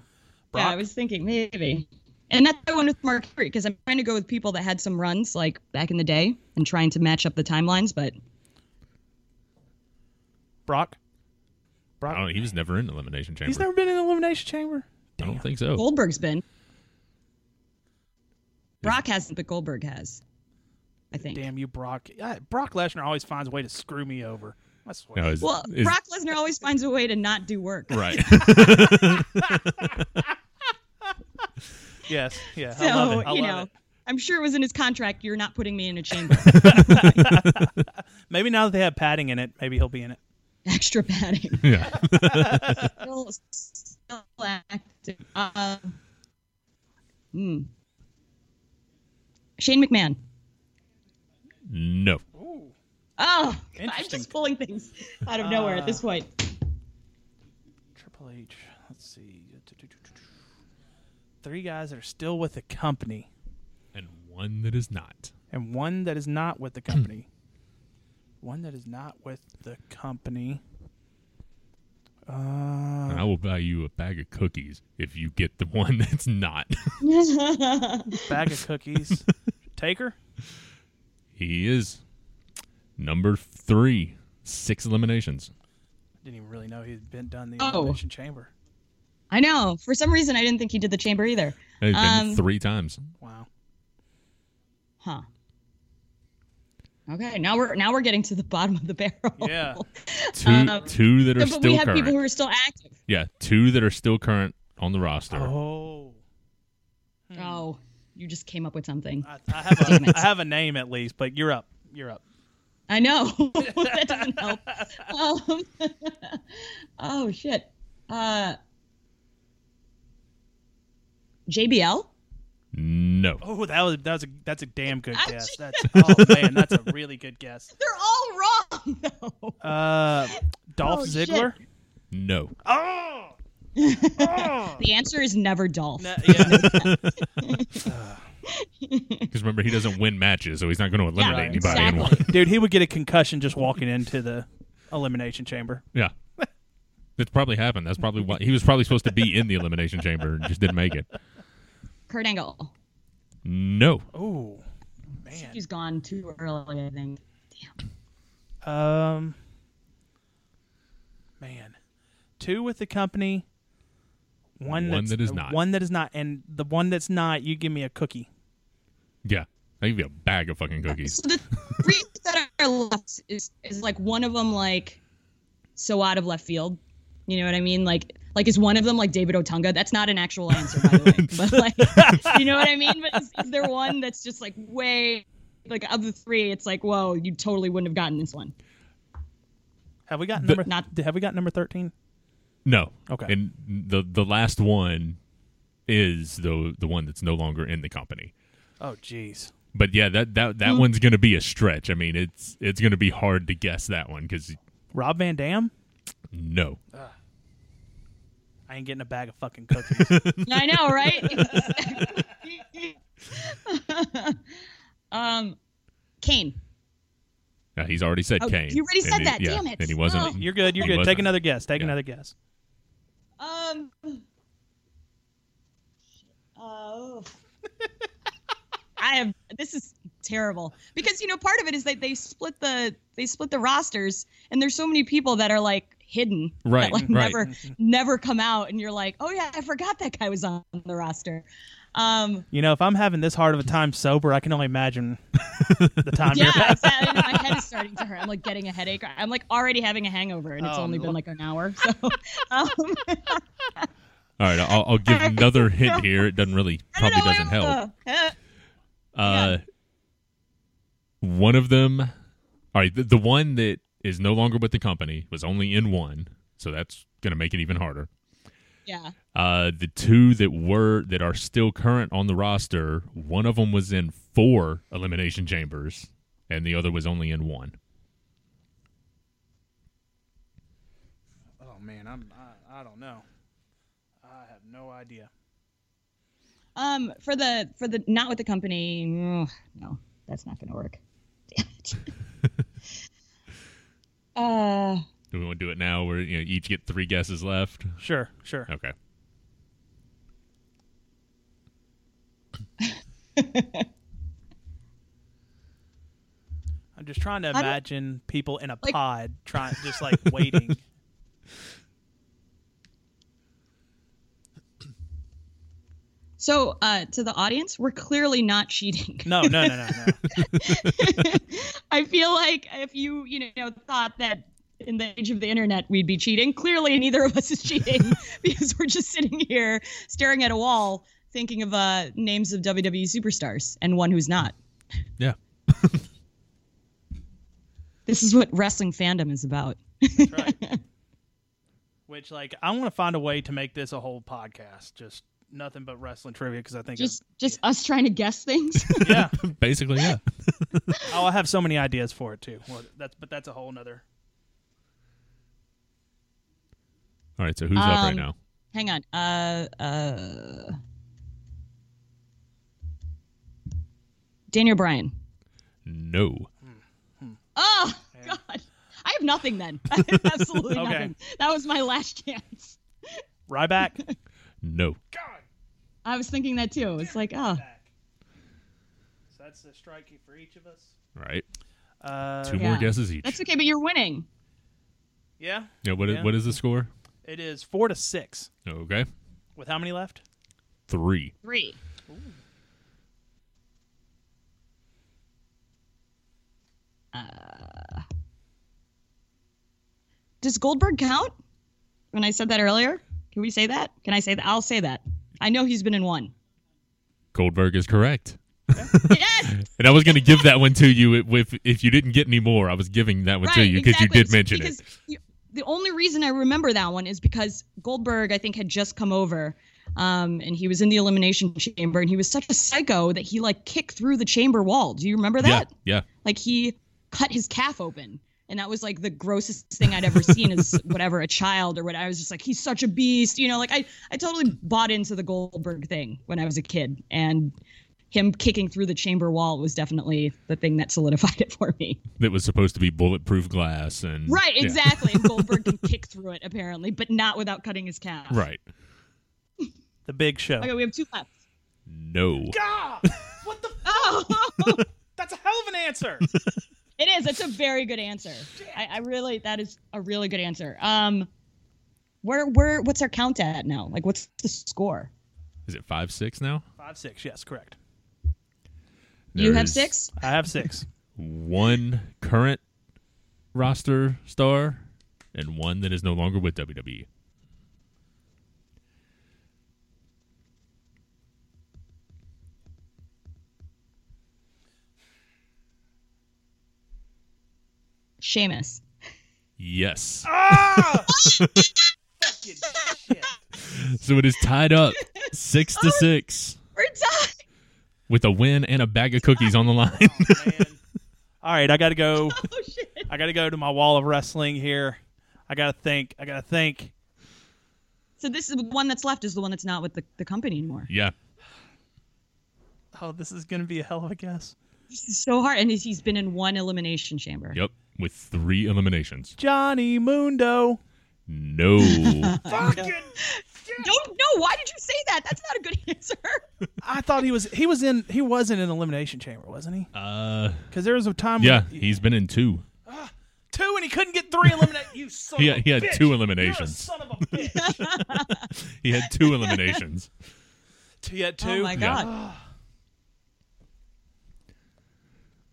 Speaker 5: Yeah, I
Speaker 2: Brock?
Speaker 5: was thinking maybe. And that's the one with Mark Henry because I'm trying to go with people that had some runs like back in the day and trying to match up the timelines, but
Speaker 2: Brock.
Speaker 3: I
Speaker 2: Brock.
Speaker 3: don't know. He was never in Elimination Chamber.
Speaker 2: He's never been in the elimination chamber.
Speaker 3: I don't think so.
Speaker 5: Goldberg's been. Brock hasn't, but Goldberg has. I think.
Speaker 2: Damn you, Brock. Yeah, Brock Lesnar always finds a way to screw me over. I swear.
Speaker 3: No, is,
Speaker 5: Well,
Speaker 3: is-
Speaker 5: Brock Lesnar always finds a way to not do work.
Speaker 3: right.
Speaker 2: Yes, yeah.
Speaker 5: So
Speaker 2: I love it. I
Speaker 5: you
Speaker 2: love
Speaker 5: know,
Speaker 2: it.
Speaker 5: I'm sure it was in his contract. You're not putting me in a chamber.
Speaker 2: Maybe now that they have padding in it, maybe he'll be in it.
Speaker 5: Extra padding.
Speaker 3: yeah.
Speaker 5: Still, still active. Uh, hmm. Shane McMahon.
Speaker 3: No.
Speaker 2: Ooh.
Speaker 5: Oh, I'm
Speaker 2: Interesting. Uh.
Speaker 5: just pulling things out of nowhere at this point.
Speaker 2: Triple H. Let's see. Three guys that are still with the company
Speaker 3: And one that is not.
Speaker 2: and one that is not with the company. one that is not with the company. Uh,
Speaker 3: And I will buy you a bag of cookies if you get the one that's not.
Speaker 2: bag of cookies. Taker?
Speaker 3: he is number three. Six eliminations.
Speaker 2: Didn't even really know he'd been done the
Speaker 5: Oh.
Speaker 2: Elimination Chamber.
Speaker 5: I know. For some reason, I didn't think he did the chamber either.
Speaker 3: He's been
Speaker 5: Um,
Speaker 3: three times.
Speaker 2: Wow.
Speaker 5: Huh. Okay, now we're now we're getting to the bottom of the barrel.
Speaker 2: Yeah.
Speaker 3: Two,
Speaker 5: um,
Speaker 3: two that are
Speaker 5: but we
Speaker 3: still
Speaker 5: have
Speaker 3: current.
Speaker 5: people who are still active.
Speaker 3: yeah, two that are still current on the roster.
Speaker 2: Oh.
Speaker 5: Oh, you just came up with something.
Speaker 2: Hmm. I, I have
Speaker 5: Damn
Speaker 2: a,
Speaker 5: it.
Speaker 2: I have a name at least, but you're up. You're up.
Speaker 5: I know that doesn't help. Um, oh shit. Uh, JBL.
Speaker 3: No.
Speaker 2: Oh, that was that was a that's a damn good
Speaker 5: I
Speaker 2: guess.
Speaker 5: just-
Speaker 2: That's oh man, that's a really good guess.
Speaker 5: They're all wrong. though.
Speaker 2: Uh, Dolph
Speaker 5: Oh, shit.
Speaker 2: Ziggler.
Speaker 3: No.
Speaker 2: Oh,
Speaker 5: The answer is never Dolph.
Speaker 2: No, yeah.
Speaker 3: Because remember, he doesn't win matches, so he's not going to eliminate
Speaker 2: Right,
Speaker 3: anybody in
Speaker 5: exactly.
Speaker 3: one.
Speaker 2: dude, he would get a concussion just walking into the elimination chamber.
Speaker 3: Yeah. That's probably happened. That's probably why he was probably supposed to be in the elimination chamber and just didn't make it.
Speaker 5: Kurt Angle.
Speaker 3: No.
Speaker 2: Oh, man.
Speaker 5: She's gone too early, I think.
Speaker 2: Um, man, two with the company. One,
Speaker 3: One
Speaker 2: that's,
Speaker 3: that is not.
Speaker 2: One that is not, and the one that's not, you give me a cookie.
Speaker 3: Yeah. I give you a bag of fucking cookies.
Speaker 5: So the three that are left is is like one of them like so out of left field. You know what I mean? Like like is one of them like David Otunga? That's not an actual answer, by the way. But like you know what I mean? But is, is there one that's just like way like of the three, it's like whoa, you totally wouldn't have gotten this one.
Speaker 2: Have we got
Speaker 3: The-
Speaker 2: number?
Speaker 5: Not-
Speaker 2: have we got number thirteen?
Speaker 3: No.
Speaker 2: Okay.
Speaker 3: And the the last one is the the one that's no longer in the company.
Speaker 2: Oh, jeez.
Speaker 3: But yeah, that that that
Speaker 5: Hmm.
Speaker 3: one's going to be a stretch. I mean, it's it's going to be hard to guess that one because
Speaker 2: Rob Van Dam.
Speaker 3: no,
Speaker 2: I ain't getting a bag of fucking cookies.
Speaker 5: I know, right? um, Kane.
Speaker 3: Uh, he's already said
Speaker 5: Oh,
Speaker 3: Kane.
Speaker 5: you already
Speaker 3: And
Speaker 5: said
Speaker 3: he-
Speaker 5: that.
Speaker 3: yeah,
Speaker 5: Damn it.
Speaker 3: And he wasn't.
Speaker 5: Oh.
Speaker 2: You're good. You're
Speaker 3: He
Speaker 2: good. Take
Speaker 3: wasn't.
Speaker 2: another guess. Take
Speaker 3: Yeah.
Speaker 2: another guess.
Speaker 5: Um. Oh. I have. This is terrible because you know part of it is that they split the they split the rosters and there's so many people that are like hidden
Speaker 3: Right,
Speaker 5: that like
Speaker 3: right.
Speaker 5: never never come out and you're like oh yeah I forgot that guy was on the roster. Um.
Speaker 2: You know, if I'm having this hard of a time sober, I can only imagine the time you're
Speaker 5: Yeah,
Speaker 2: having.
Speaker 5: exactly. No, my head is starting to hurt. I'm like getting a headache. I'm like already having a hangover, and it's
Speaker 2: Oh,
Speaker 5: only
Speaker 2: no.
Speaker 5: been like an hour. So, um,
Speaker 3: All right, I'll, I'll give another hint here. It doesn't really
Speaker 5: I don't
Speaker 3: probably
Speaker 5: know,
Speaker 3: doesn't help.
Speaker 5: I don't know.
Speaker 3: Uh, one of them. All right, the, the one that is no longer with the company was only in one, so that's going to make it even harder.
Speaker 5: yeah.
Speaker 3: Uh, the two that were that are still current on the roster, one of them was in four elimination chambers, and the other was only in one.
Speaker 2: Oh man, I'm I, I don't know. I have no idea.
Speaker 5: Um, for the for the not with the company. ugh, No, that's not gonna work. Damn it. uh,
Speaker 3: Do we want to do it now, where you know, each get three guesses left?
Speaker 2: Sure, sure.
Speaker 3: Okay.
Speaker 2: I'm just trying to
Speaker 5: don't-
Speaker 2: imagine people in a
Speaker 5: Like-
Speaker 2: pod trying just like waiting.
Speaker 5: so uh, to the audience, we're clearly not cheating.
Speaker 2: No, no, no, no, no.
Speaker 5: I feel like if you you know thought that in the age of the internet, we'd be cheating. Clearly, neither of us is cheating because we're just sitting here staring at a wall, thinking of uh, names of WWE superstars and one who's not.
Speaker 3: Yeah.
Speaker 5: This is what wrestling fandom is about.
Speaker 2: That's right. Which, like, I want to find a way to make this a whole podcast. Just nothing but wrestling trivia because I think
Speaker 5: Just, just us trying to guess things.
Speaker 2: it- yeah,
Speaker 3: Basically, yeah.
Speaker 2: oh, I have so many ideas for it too. Well, that's but that's a whole nother.
Speaker 3: All right, so who's up right
Speaker 5: Um,
Speaker 3: now?
Speaker 5: Hang on. Uh, uh, Daniel Bryan.
Speaker 3: No.
Speaker 5: Oh God, I have nothing then. I have absolutely
Speaker 2: Okay.
Speaker 5: nothing. That was my last chance.
Speaker 2: Ryback,
Speaker 3: No.
Speaker 5: I was thinking that too. It's like, oh,
Speaker 2: so that's a strikey for each of us.
Speaker 3: All right.
Speaker 2: Uh,
Speaker 3: Two more
Speaker 5: yeah.
Speaker 3: guesses each.
Speaker 5: that's okay, but you're winning.
Speaker 2: yeah,
Speaker 3: yeah, what, i-
Speaker 2: yeah.
Speaker 3: what is the score?
Speaker 2: it is four to six.
Speaker 3: Okay.
Speaker 2: With how many left?
Speaker 3: Three.
Speaker 5: Three. Uh, Does Goldberg count? When I said that earlier, can we say that? Can I say that? I'll say that. I know he's been in one.
Speaker 3: Goldberg is correct.
Speaker 5: yes.
Speaker 3: And I was going to give that one to you if- if if you didn't get any more. I was giving that one to you because
Speaker 5: exactly.
Speaker 3: you did mention
Speaker 5: because
Speaker 3: it.
Speaker 5: you- the only reason I remember that one is because Goldberg, I think, had just come over, um, and he was in the elimination chamber, and he was such a psycho that he like kicked through the chamber wall. Do you remember that?
Speaker 3: Yeah,
Speaker 5: Like he cut his calf open. And that was like the grossest thing I'd ever seen as whatever, a child or what. I was just like, he's such a beast. You know, like I, I totally bought into the Goldberg thing when I was a kid. And him kicking through the chamber wall was definitely the thing that solidified it for me.
Speaker 3: yeah. That was supposed to be bulletproof glass and
Speaker 5: Right,
Speaker 3: yeah.
Speaker 5: exactly. And Goldberg can kick through it apparently, but not without cutting his calf.
Speaker 3: Right.
Speaker 2: The Big Show.
Speaker 5: Okay, we have two left.
Speaker 3: No.
Speaker 2: God, what the?
Speaker 5: Oh,
Speaker 2: That's a hell of an answer.
Speaker 5: it is. It's a very good answer. I, I really, that is a really good answer. Um, where, where, what's our count at now? Like, what's the score?
Speaker 3: Is it five six now?
Speaker 2: Five six. Yes, correct.
Speaker 5: you have
Speaker 3: There's
Speaker 5: six.
Speaker 2: I have six.
Speaker 3: One current roster star and one that is no longer with E. WWE.
Speaker 5: Seamus.
Speaker 3: Yes.
Speaker 2: ah! Fucking shit.
Speaker 3: So it is tied up six
Speaker 5: Oh.
Speaker 3: to six
Speaker 5: We're tied.
Speaker 3: with a win and a bag of cookies on the line.
Speaker 2: Man. All right, I got to go.
Speaker 5: Oh shit.
Speaker 2: I got to go to my wall of wrestling here. I got to think. I got to think.
Speaker 5: So this is the one that's left is the one that's not with the, the company anymore.
Speaker 3: yeah.
Speaker 2: Oh, this is going to be a hell of a guess.
Speaker 5: This is so hard, and he's, he's been in one elimination chamber.
Speaker 3: Yep. With three eliminations.
Speaker 2: Johnny Mundo.
Speaker 3: No.
Speaker 2: Fucking.
Speaker 5: Don't no. Why did you say that? That's not a good answer.
Speaker 2: I thought he was. He was in. He was in an elimination chamber, wasn't he?
Speaker 3: uh,
Speaker 2: Because there was a time.
Speaker 3: yeah,
Speaker 2: when,
Speaker 3: he's been in two.
Speaker 2: two, and he couldn't get three eliminate. You son.
Speaker 3: He
Speaker 2: of a
Speaker 3: had, he had
Speaker 2: bitch.
Speaker 3: two
Speaker 2: You're a
Speaker 3: eliminations.
Speaker 2: son of a bitch.
Speaker 3: He had two eliminations.
Speaker 2: he had two.
Speaker 5: Oh my
Speaker 3: Yeah.
Speaker 5: god.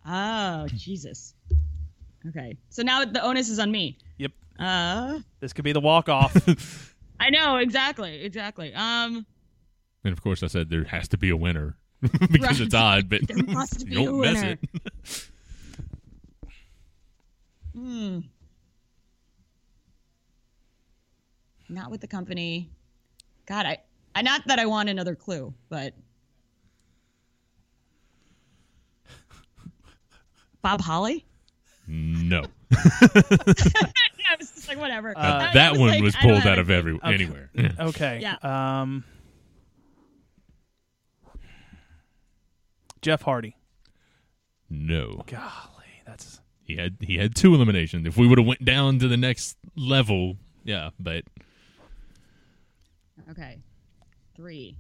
Speaker 5: oh Jesus. Okay, so now the onus is on me.
Speaker 2: Yep.
Speaker 5: Uh,
Speaker 2: This could be the walk off.
Speaker 5: I know exactly, exactly. Um,
Speaker 3: And of course, I said there has to be a winner because
Speaker 5: Right.
Speaker 3: it's odd, but
Speaker 5: There must be
Speaker 3: you don't
Speaker 5: a
Speaker 3: miss
Speaker 5: winner.
Speaker 3: it.
Speaker 5: hmm. Not with the company. God, I, I not that I want another clue, but Bob Holly.
Speaker 3: No.
Speaker 5: Yeah, I was just like, whatever. I- I
Speaker 3: Uh, that one
Speaker 5: like,
Speaker 3: was
Speaker 5: I don't
Speaker 3: pulled
Speaker 5: have
Speaker 3: out
Speaker 5: it.
Speaker 3: of every
Speaker 2: Okay.
Speaker 3: anywhere.
Speaker 2: Okay.
Speaker 5: Yeah.
Speaker 2: Um. Jeff Hardy.
Speaker 3: No.
Speaker 2: Golly, that's
Speaker 3: He had he had two eliminations. If we would have went down to the next level, yeah, but
Speaker 5: Okay, three.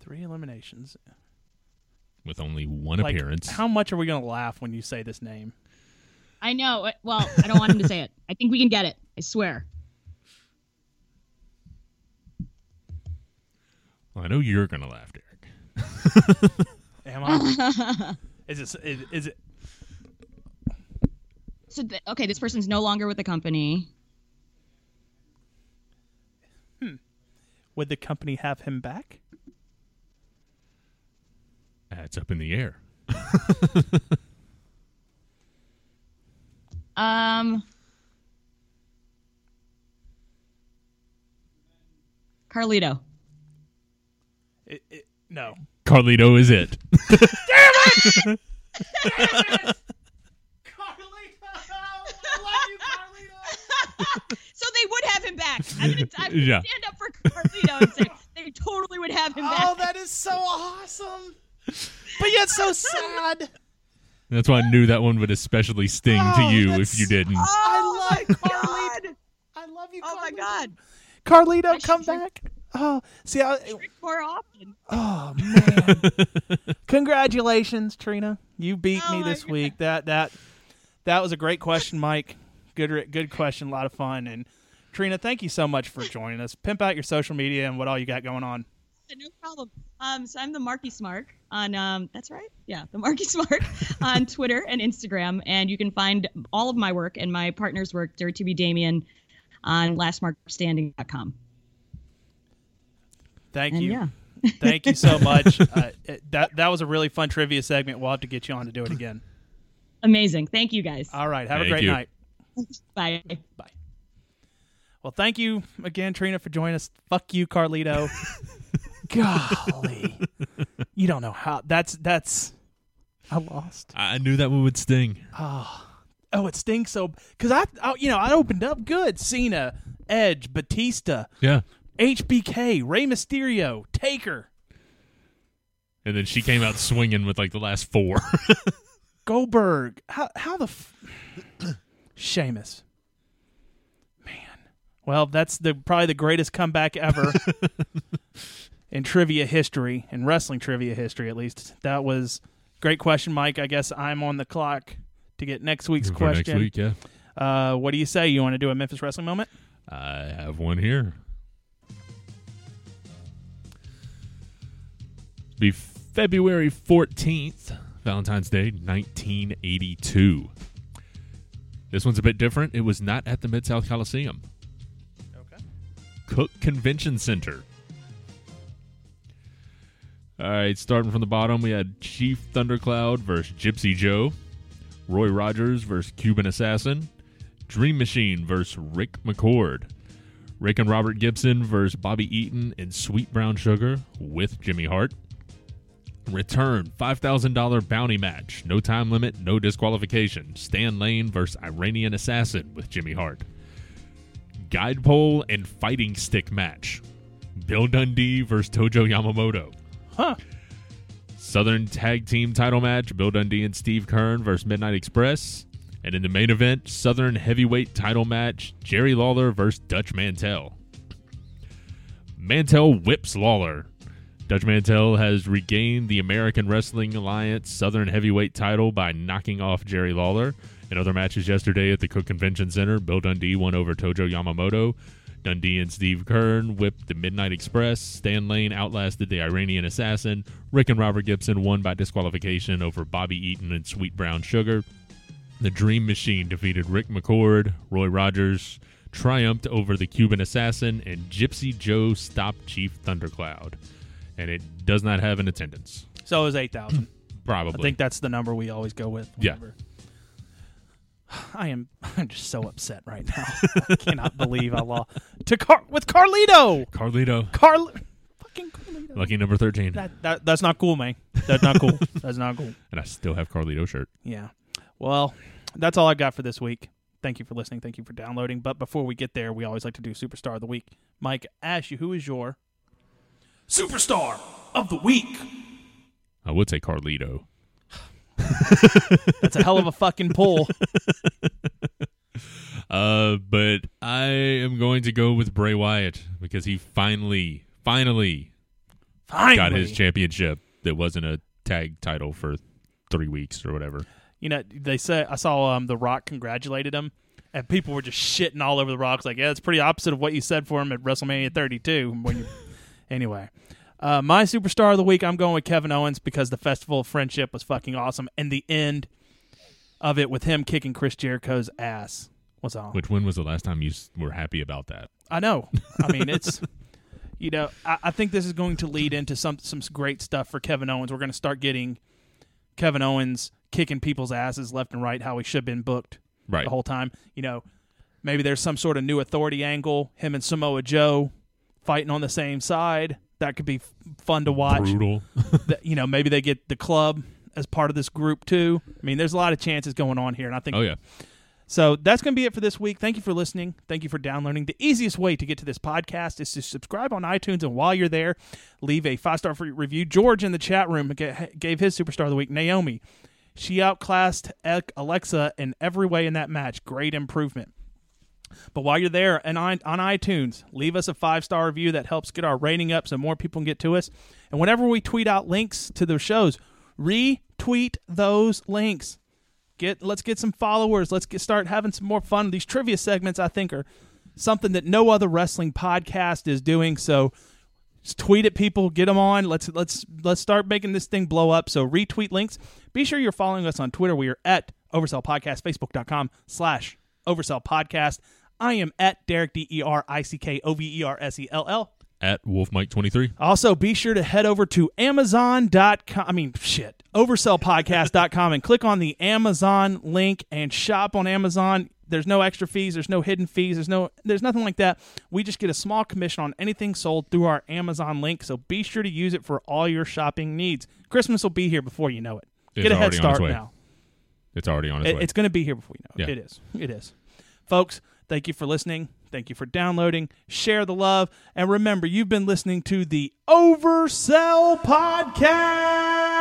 Speaker 2: three eliminations.
Speaker 3: with only one
Speaker 2: Like,
Speaker 3: appearance.
Speaker 2: How much are we gonna laugh when you say this name?
Speaker 5: I know. it- Well, I don't want him to say it. I think we can get it. I swear.
Speaker 3: I know you're gonna laugh, Derek.
Speaker 2: Am I? is it? Is, is it?
Speaker 5: so th- okay, this person's no longer with the company.
Speaker 2: Would the company have him back?
Speaker 3: That's up in the air.
Speaker 5: Um, Carlito.
Speaker 2: It, it, no.
Speaker 3: Carlito is it.
Speaker 5: So they would have him back. I'm gonna, I'm gonna
Speaker 3: Yeah.
Speaker 5: stand up for Carlito and say they totally would have him back.
Speaker 2: Oh, that is so awesome. But yet so sad.
Speaker 3: That's why I knew that one would especially sting
Speaker 2: Oh,
Speaker 3: to you
Speaker 2: that's-
Speaker 3: if you didn't.
Speaker 5: Oh,
Speaker 2: I love
Speaker 5: my
Speaker 2: Carlito.
Speaker 5: God.
Speaker 2: I love you,
Speaker 5: Oh my
Speaker 2: Carlito.
Speaker 5: god!
Speaker 2: Carlito,
Speaker 5: should
Speaker 2: come
Speaker 5: drink-
Speaker 2: back. Oh, see, I,
Speaker 5: More often.
Speaker 2: oh man! Congratulations, Trina. You beat
Speaker 5: Oh,
Speaker 2: me
Speaker 5: my
Speaker 2: this week. That that that was a great question, Mike. Good re- good question. A lot of fun. And Trina, thank you so much for joining us. Pimp out your social media and what all you got going on.
Speaker 5: No problem. Um, so I'm the Marky Smark on. Um, that's right. Yeah, the Marky Smark on Twitter and Instagram, and you can find all of my work and my partner's work, Dare to Be Damien, on lastmarkstanding.com.
Speaker 2: Thank
Speaker 5: And
Speaker 2: you.
Speaker 5: yeah.
Speaker 2: Thank you so much. uh, it- that that was a really fun trivia segment. We'll have to get you on to do it again.
Speaker 5: Amazing. Thank you guys.
Speaker 2: All right. Have
Speaker 3: Thank
Speaker 2: a great
Speaker 3: you.
Speaker 2: night.
Speaker 5: Bye.
Speaker 2: Well, thank you again, Trina, for joining us. Fuck you, Carlito. Golly, you don't know how. That's that's. I lost.
Speaker 3: I I knew that one would sting.
Speaker 2: Oh, it stinks so because I, I, you know, I opened up good. Cena, Edge, Batista,
Speaker 3: Yeah.
Speaker 2: HBK, Rey Mysterio, Taker,
Speaker 3: And then she came out swinging with like the last four.
Speaker 2: Goldberg. How how the f- Sheamus. Man, well, that's the probably the greatest comeback ever in trivia history, in wrestling trivia history at least. That was great question, Mike. I guess I'm on the clock to get next week's
Speaker 3: For
Speaker 2: question.
Speaker 3: Next week, yeah.
Speaker 2: Uh, what do you say? You want to do a Memphis wrestling moment?
Speaker 3: I have one here. Be February 14th, Valentine's Day, 1982. This one's a bit different. It was not at the Mid South Coliseum,
Speaker 2: Okay.
Speaker 3: Cook Convention Center. All right, starting from the bottom, we had Chief Thundercloud versus Gypsy Joe, Roy Rogers versus Cuban Assassin, Dream Machine versus Rick McCord, Rick and Robert Gibson versus Bobby Eaton and Sweet Brown Sugar with Jimmy Hart. Return $5,000 bounty match, no time limit, no disqualification. Stan Lane versus Iranian Assassin with Jimmy Hart. Guide pole and fighting stick match, Bill Dundee versus Tojo Yamamoto.
Speaker 2: Huh.
Speaker 3: Southern Tag Team title match Bill Dundee and Steve Kern versus Midnight Express. And in the main event, Southern Heavyweight title match Jerry Lawler versus Dutch Mantell. Mantell whips Lawler. Dutch Mantell has regained the American Wrestling Alliance Southern Heavyweight title by knocking off Jerry Lawler. In other matches yesterday at the Cook Convention Center, Bill Dundee won over Tojo Yamamoto. Dundee and Steve Kern whipped the Midnight Express. Stan Lane outlasted the Iranian Assassin. Rick and Robert Gibson won by disqualification over Bobby Eaton and Sweet Brown Sugar. The Dream Machine defeated Rick McCord, Roy Rogers triumphed over the Cuban Assassin, and Gypsy Joe stopped Chief Thundercloud. And it does not have an attendance.
Speaker 2: So it was eight thousand. I
Speaker 3: Probably.
Speaker 2: think that's the number we always go with.
Speaker 3: Yeah.
Speaker 2: whenever- I am. I'm just so upset right now. I cannot believe I lost to Car with Carlito.
Speaker 3: Carlito,
Speaker 2: Carl, fucking Carlito.
Speaker 3: lucky number 13.
Speaker 2: That, that that's not cool, man. That's not cool. that's not cool.
Speaker 3: and I still have Carlito shirt.
Speaker 2: Yeah. Well, that's all I got for this week. Thank you for listening. Thank you for downloading. But before we get there, we always like to do Superstar of the Week. Mike, ask you who is your Superstar of the Week?
Speaker 3: I would say Carlito.
Speaker 2: That's a hell of a fucking pull.
Speaker 3: Uh, but I am going to go with Bray Wyatt because he finally, finally
Speaker 2: Finally.
Speaker 3: got his championship that wasn't a tag title for three weeks or whatever.
Speaker 2: you know, they say I saw um, The Rock congratulated him, and people were just shitting all over The Rock's like, yeah, it's pretty opposite of what you said for him at WrestleMania 32. When you, anyway, uh, my superstar of the week, I'm going with Kevin Owens because the Festival of Friendship was fucking awesome, and the end of it with him kicking Chris Jericho's ass. Was all.
Speaker 3: Which when was the last time you s- were happy about that?
Speaker 2: I know. I mean, it's you know, I, I think this is going to lead into some some great stuff for Kevin Owens. We're going to start getting Kevin Owens kicking people's asses left and right, how he should have been booked
Speaker 3: Right.
Speaker 2: the whole time. You know, maybe there's some sort of new authority angle. Him and Samoa Joe fighting on the same side. That could be f- fun to watch.
Speaker 3: Brutal.
Speaker 2: Th- you know, maybe they get the club as part of this group too. I mean, there's a lot of chances going on here, and I think
Speaker 3: oh yeah.
Speaker 2: so that's going to be it for this week. Thank you for listening. Thank you for downloading. The easiest way to get to this podcast is to subscribe on iTunes, and while you're there, leave a five star free review. George in the chat room ga- gave his superstar of the week, Naomi. She outclassed E- Alexa in every way in that match. Great improvement. But while you're there and on, on iTunes, leave us a five star review that helps get our rating up so more people can get to us. And whenever we tweet out links to the shows, retweet those links get let's get some followers let's get start having some more fun these trivia segments i think are something that no other wrestling podcast is doing so just tweet at people get them on let's let's let's start making this thing blow up so retweet links be sure you're following us on twitter we are at oversell podcast facebook.com slash oversell podcast i am at derek E d-e-r-i-c-k-o-v-e-r-s-e-l-l
Speaker 3: At Wolf Mike twenty three.
Speaker 2: also, be sure to head over to Amazon.com. I mean, shit, oversellpodcast.com and click on the Amazon link and shop on Amazon. There's no extra fees. There's no hidden fees. There's no, there's nothing like that. We just get a small commission on anything sold through our Amazon link. So be sure to use it for all your shopping needs. Christmas will be here before you know it.
Speaker 3: It's
Speaker 2: get a head
Speaker 3: already on its
Speaker 2: start
Speaker 3: way.
Speaker 2: now.
Speaker 3: It's already on its
Speaker 2: It,
Speaker 3: way.
Speaker 2: it's going to be here before you know it.
Speaker 3: Yeah.
Speaker 2: It is. It is. Folks, thank you for listening. Thank you for downloading. Share the love. And remember, you've been listening to the Oversell Podcast.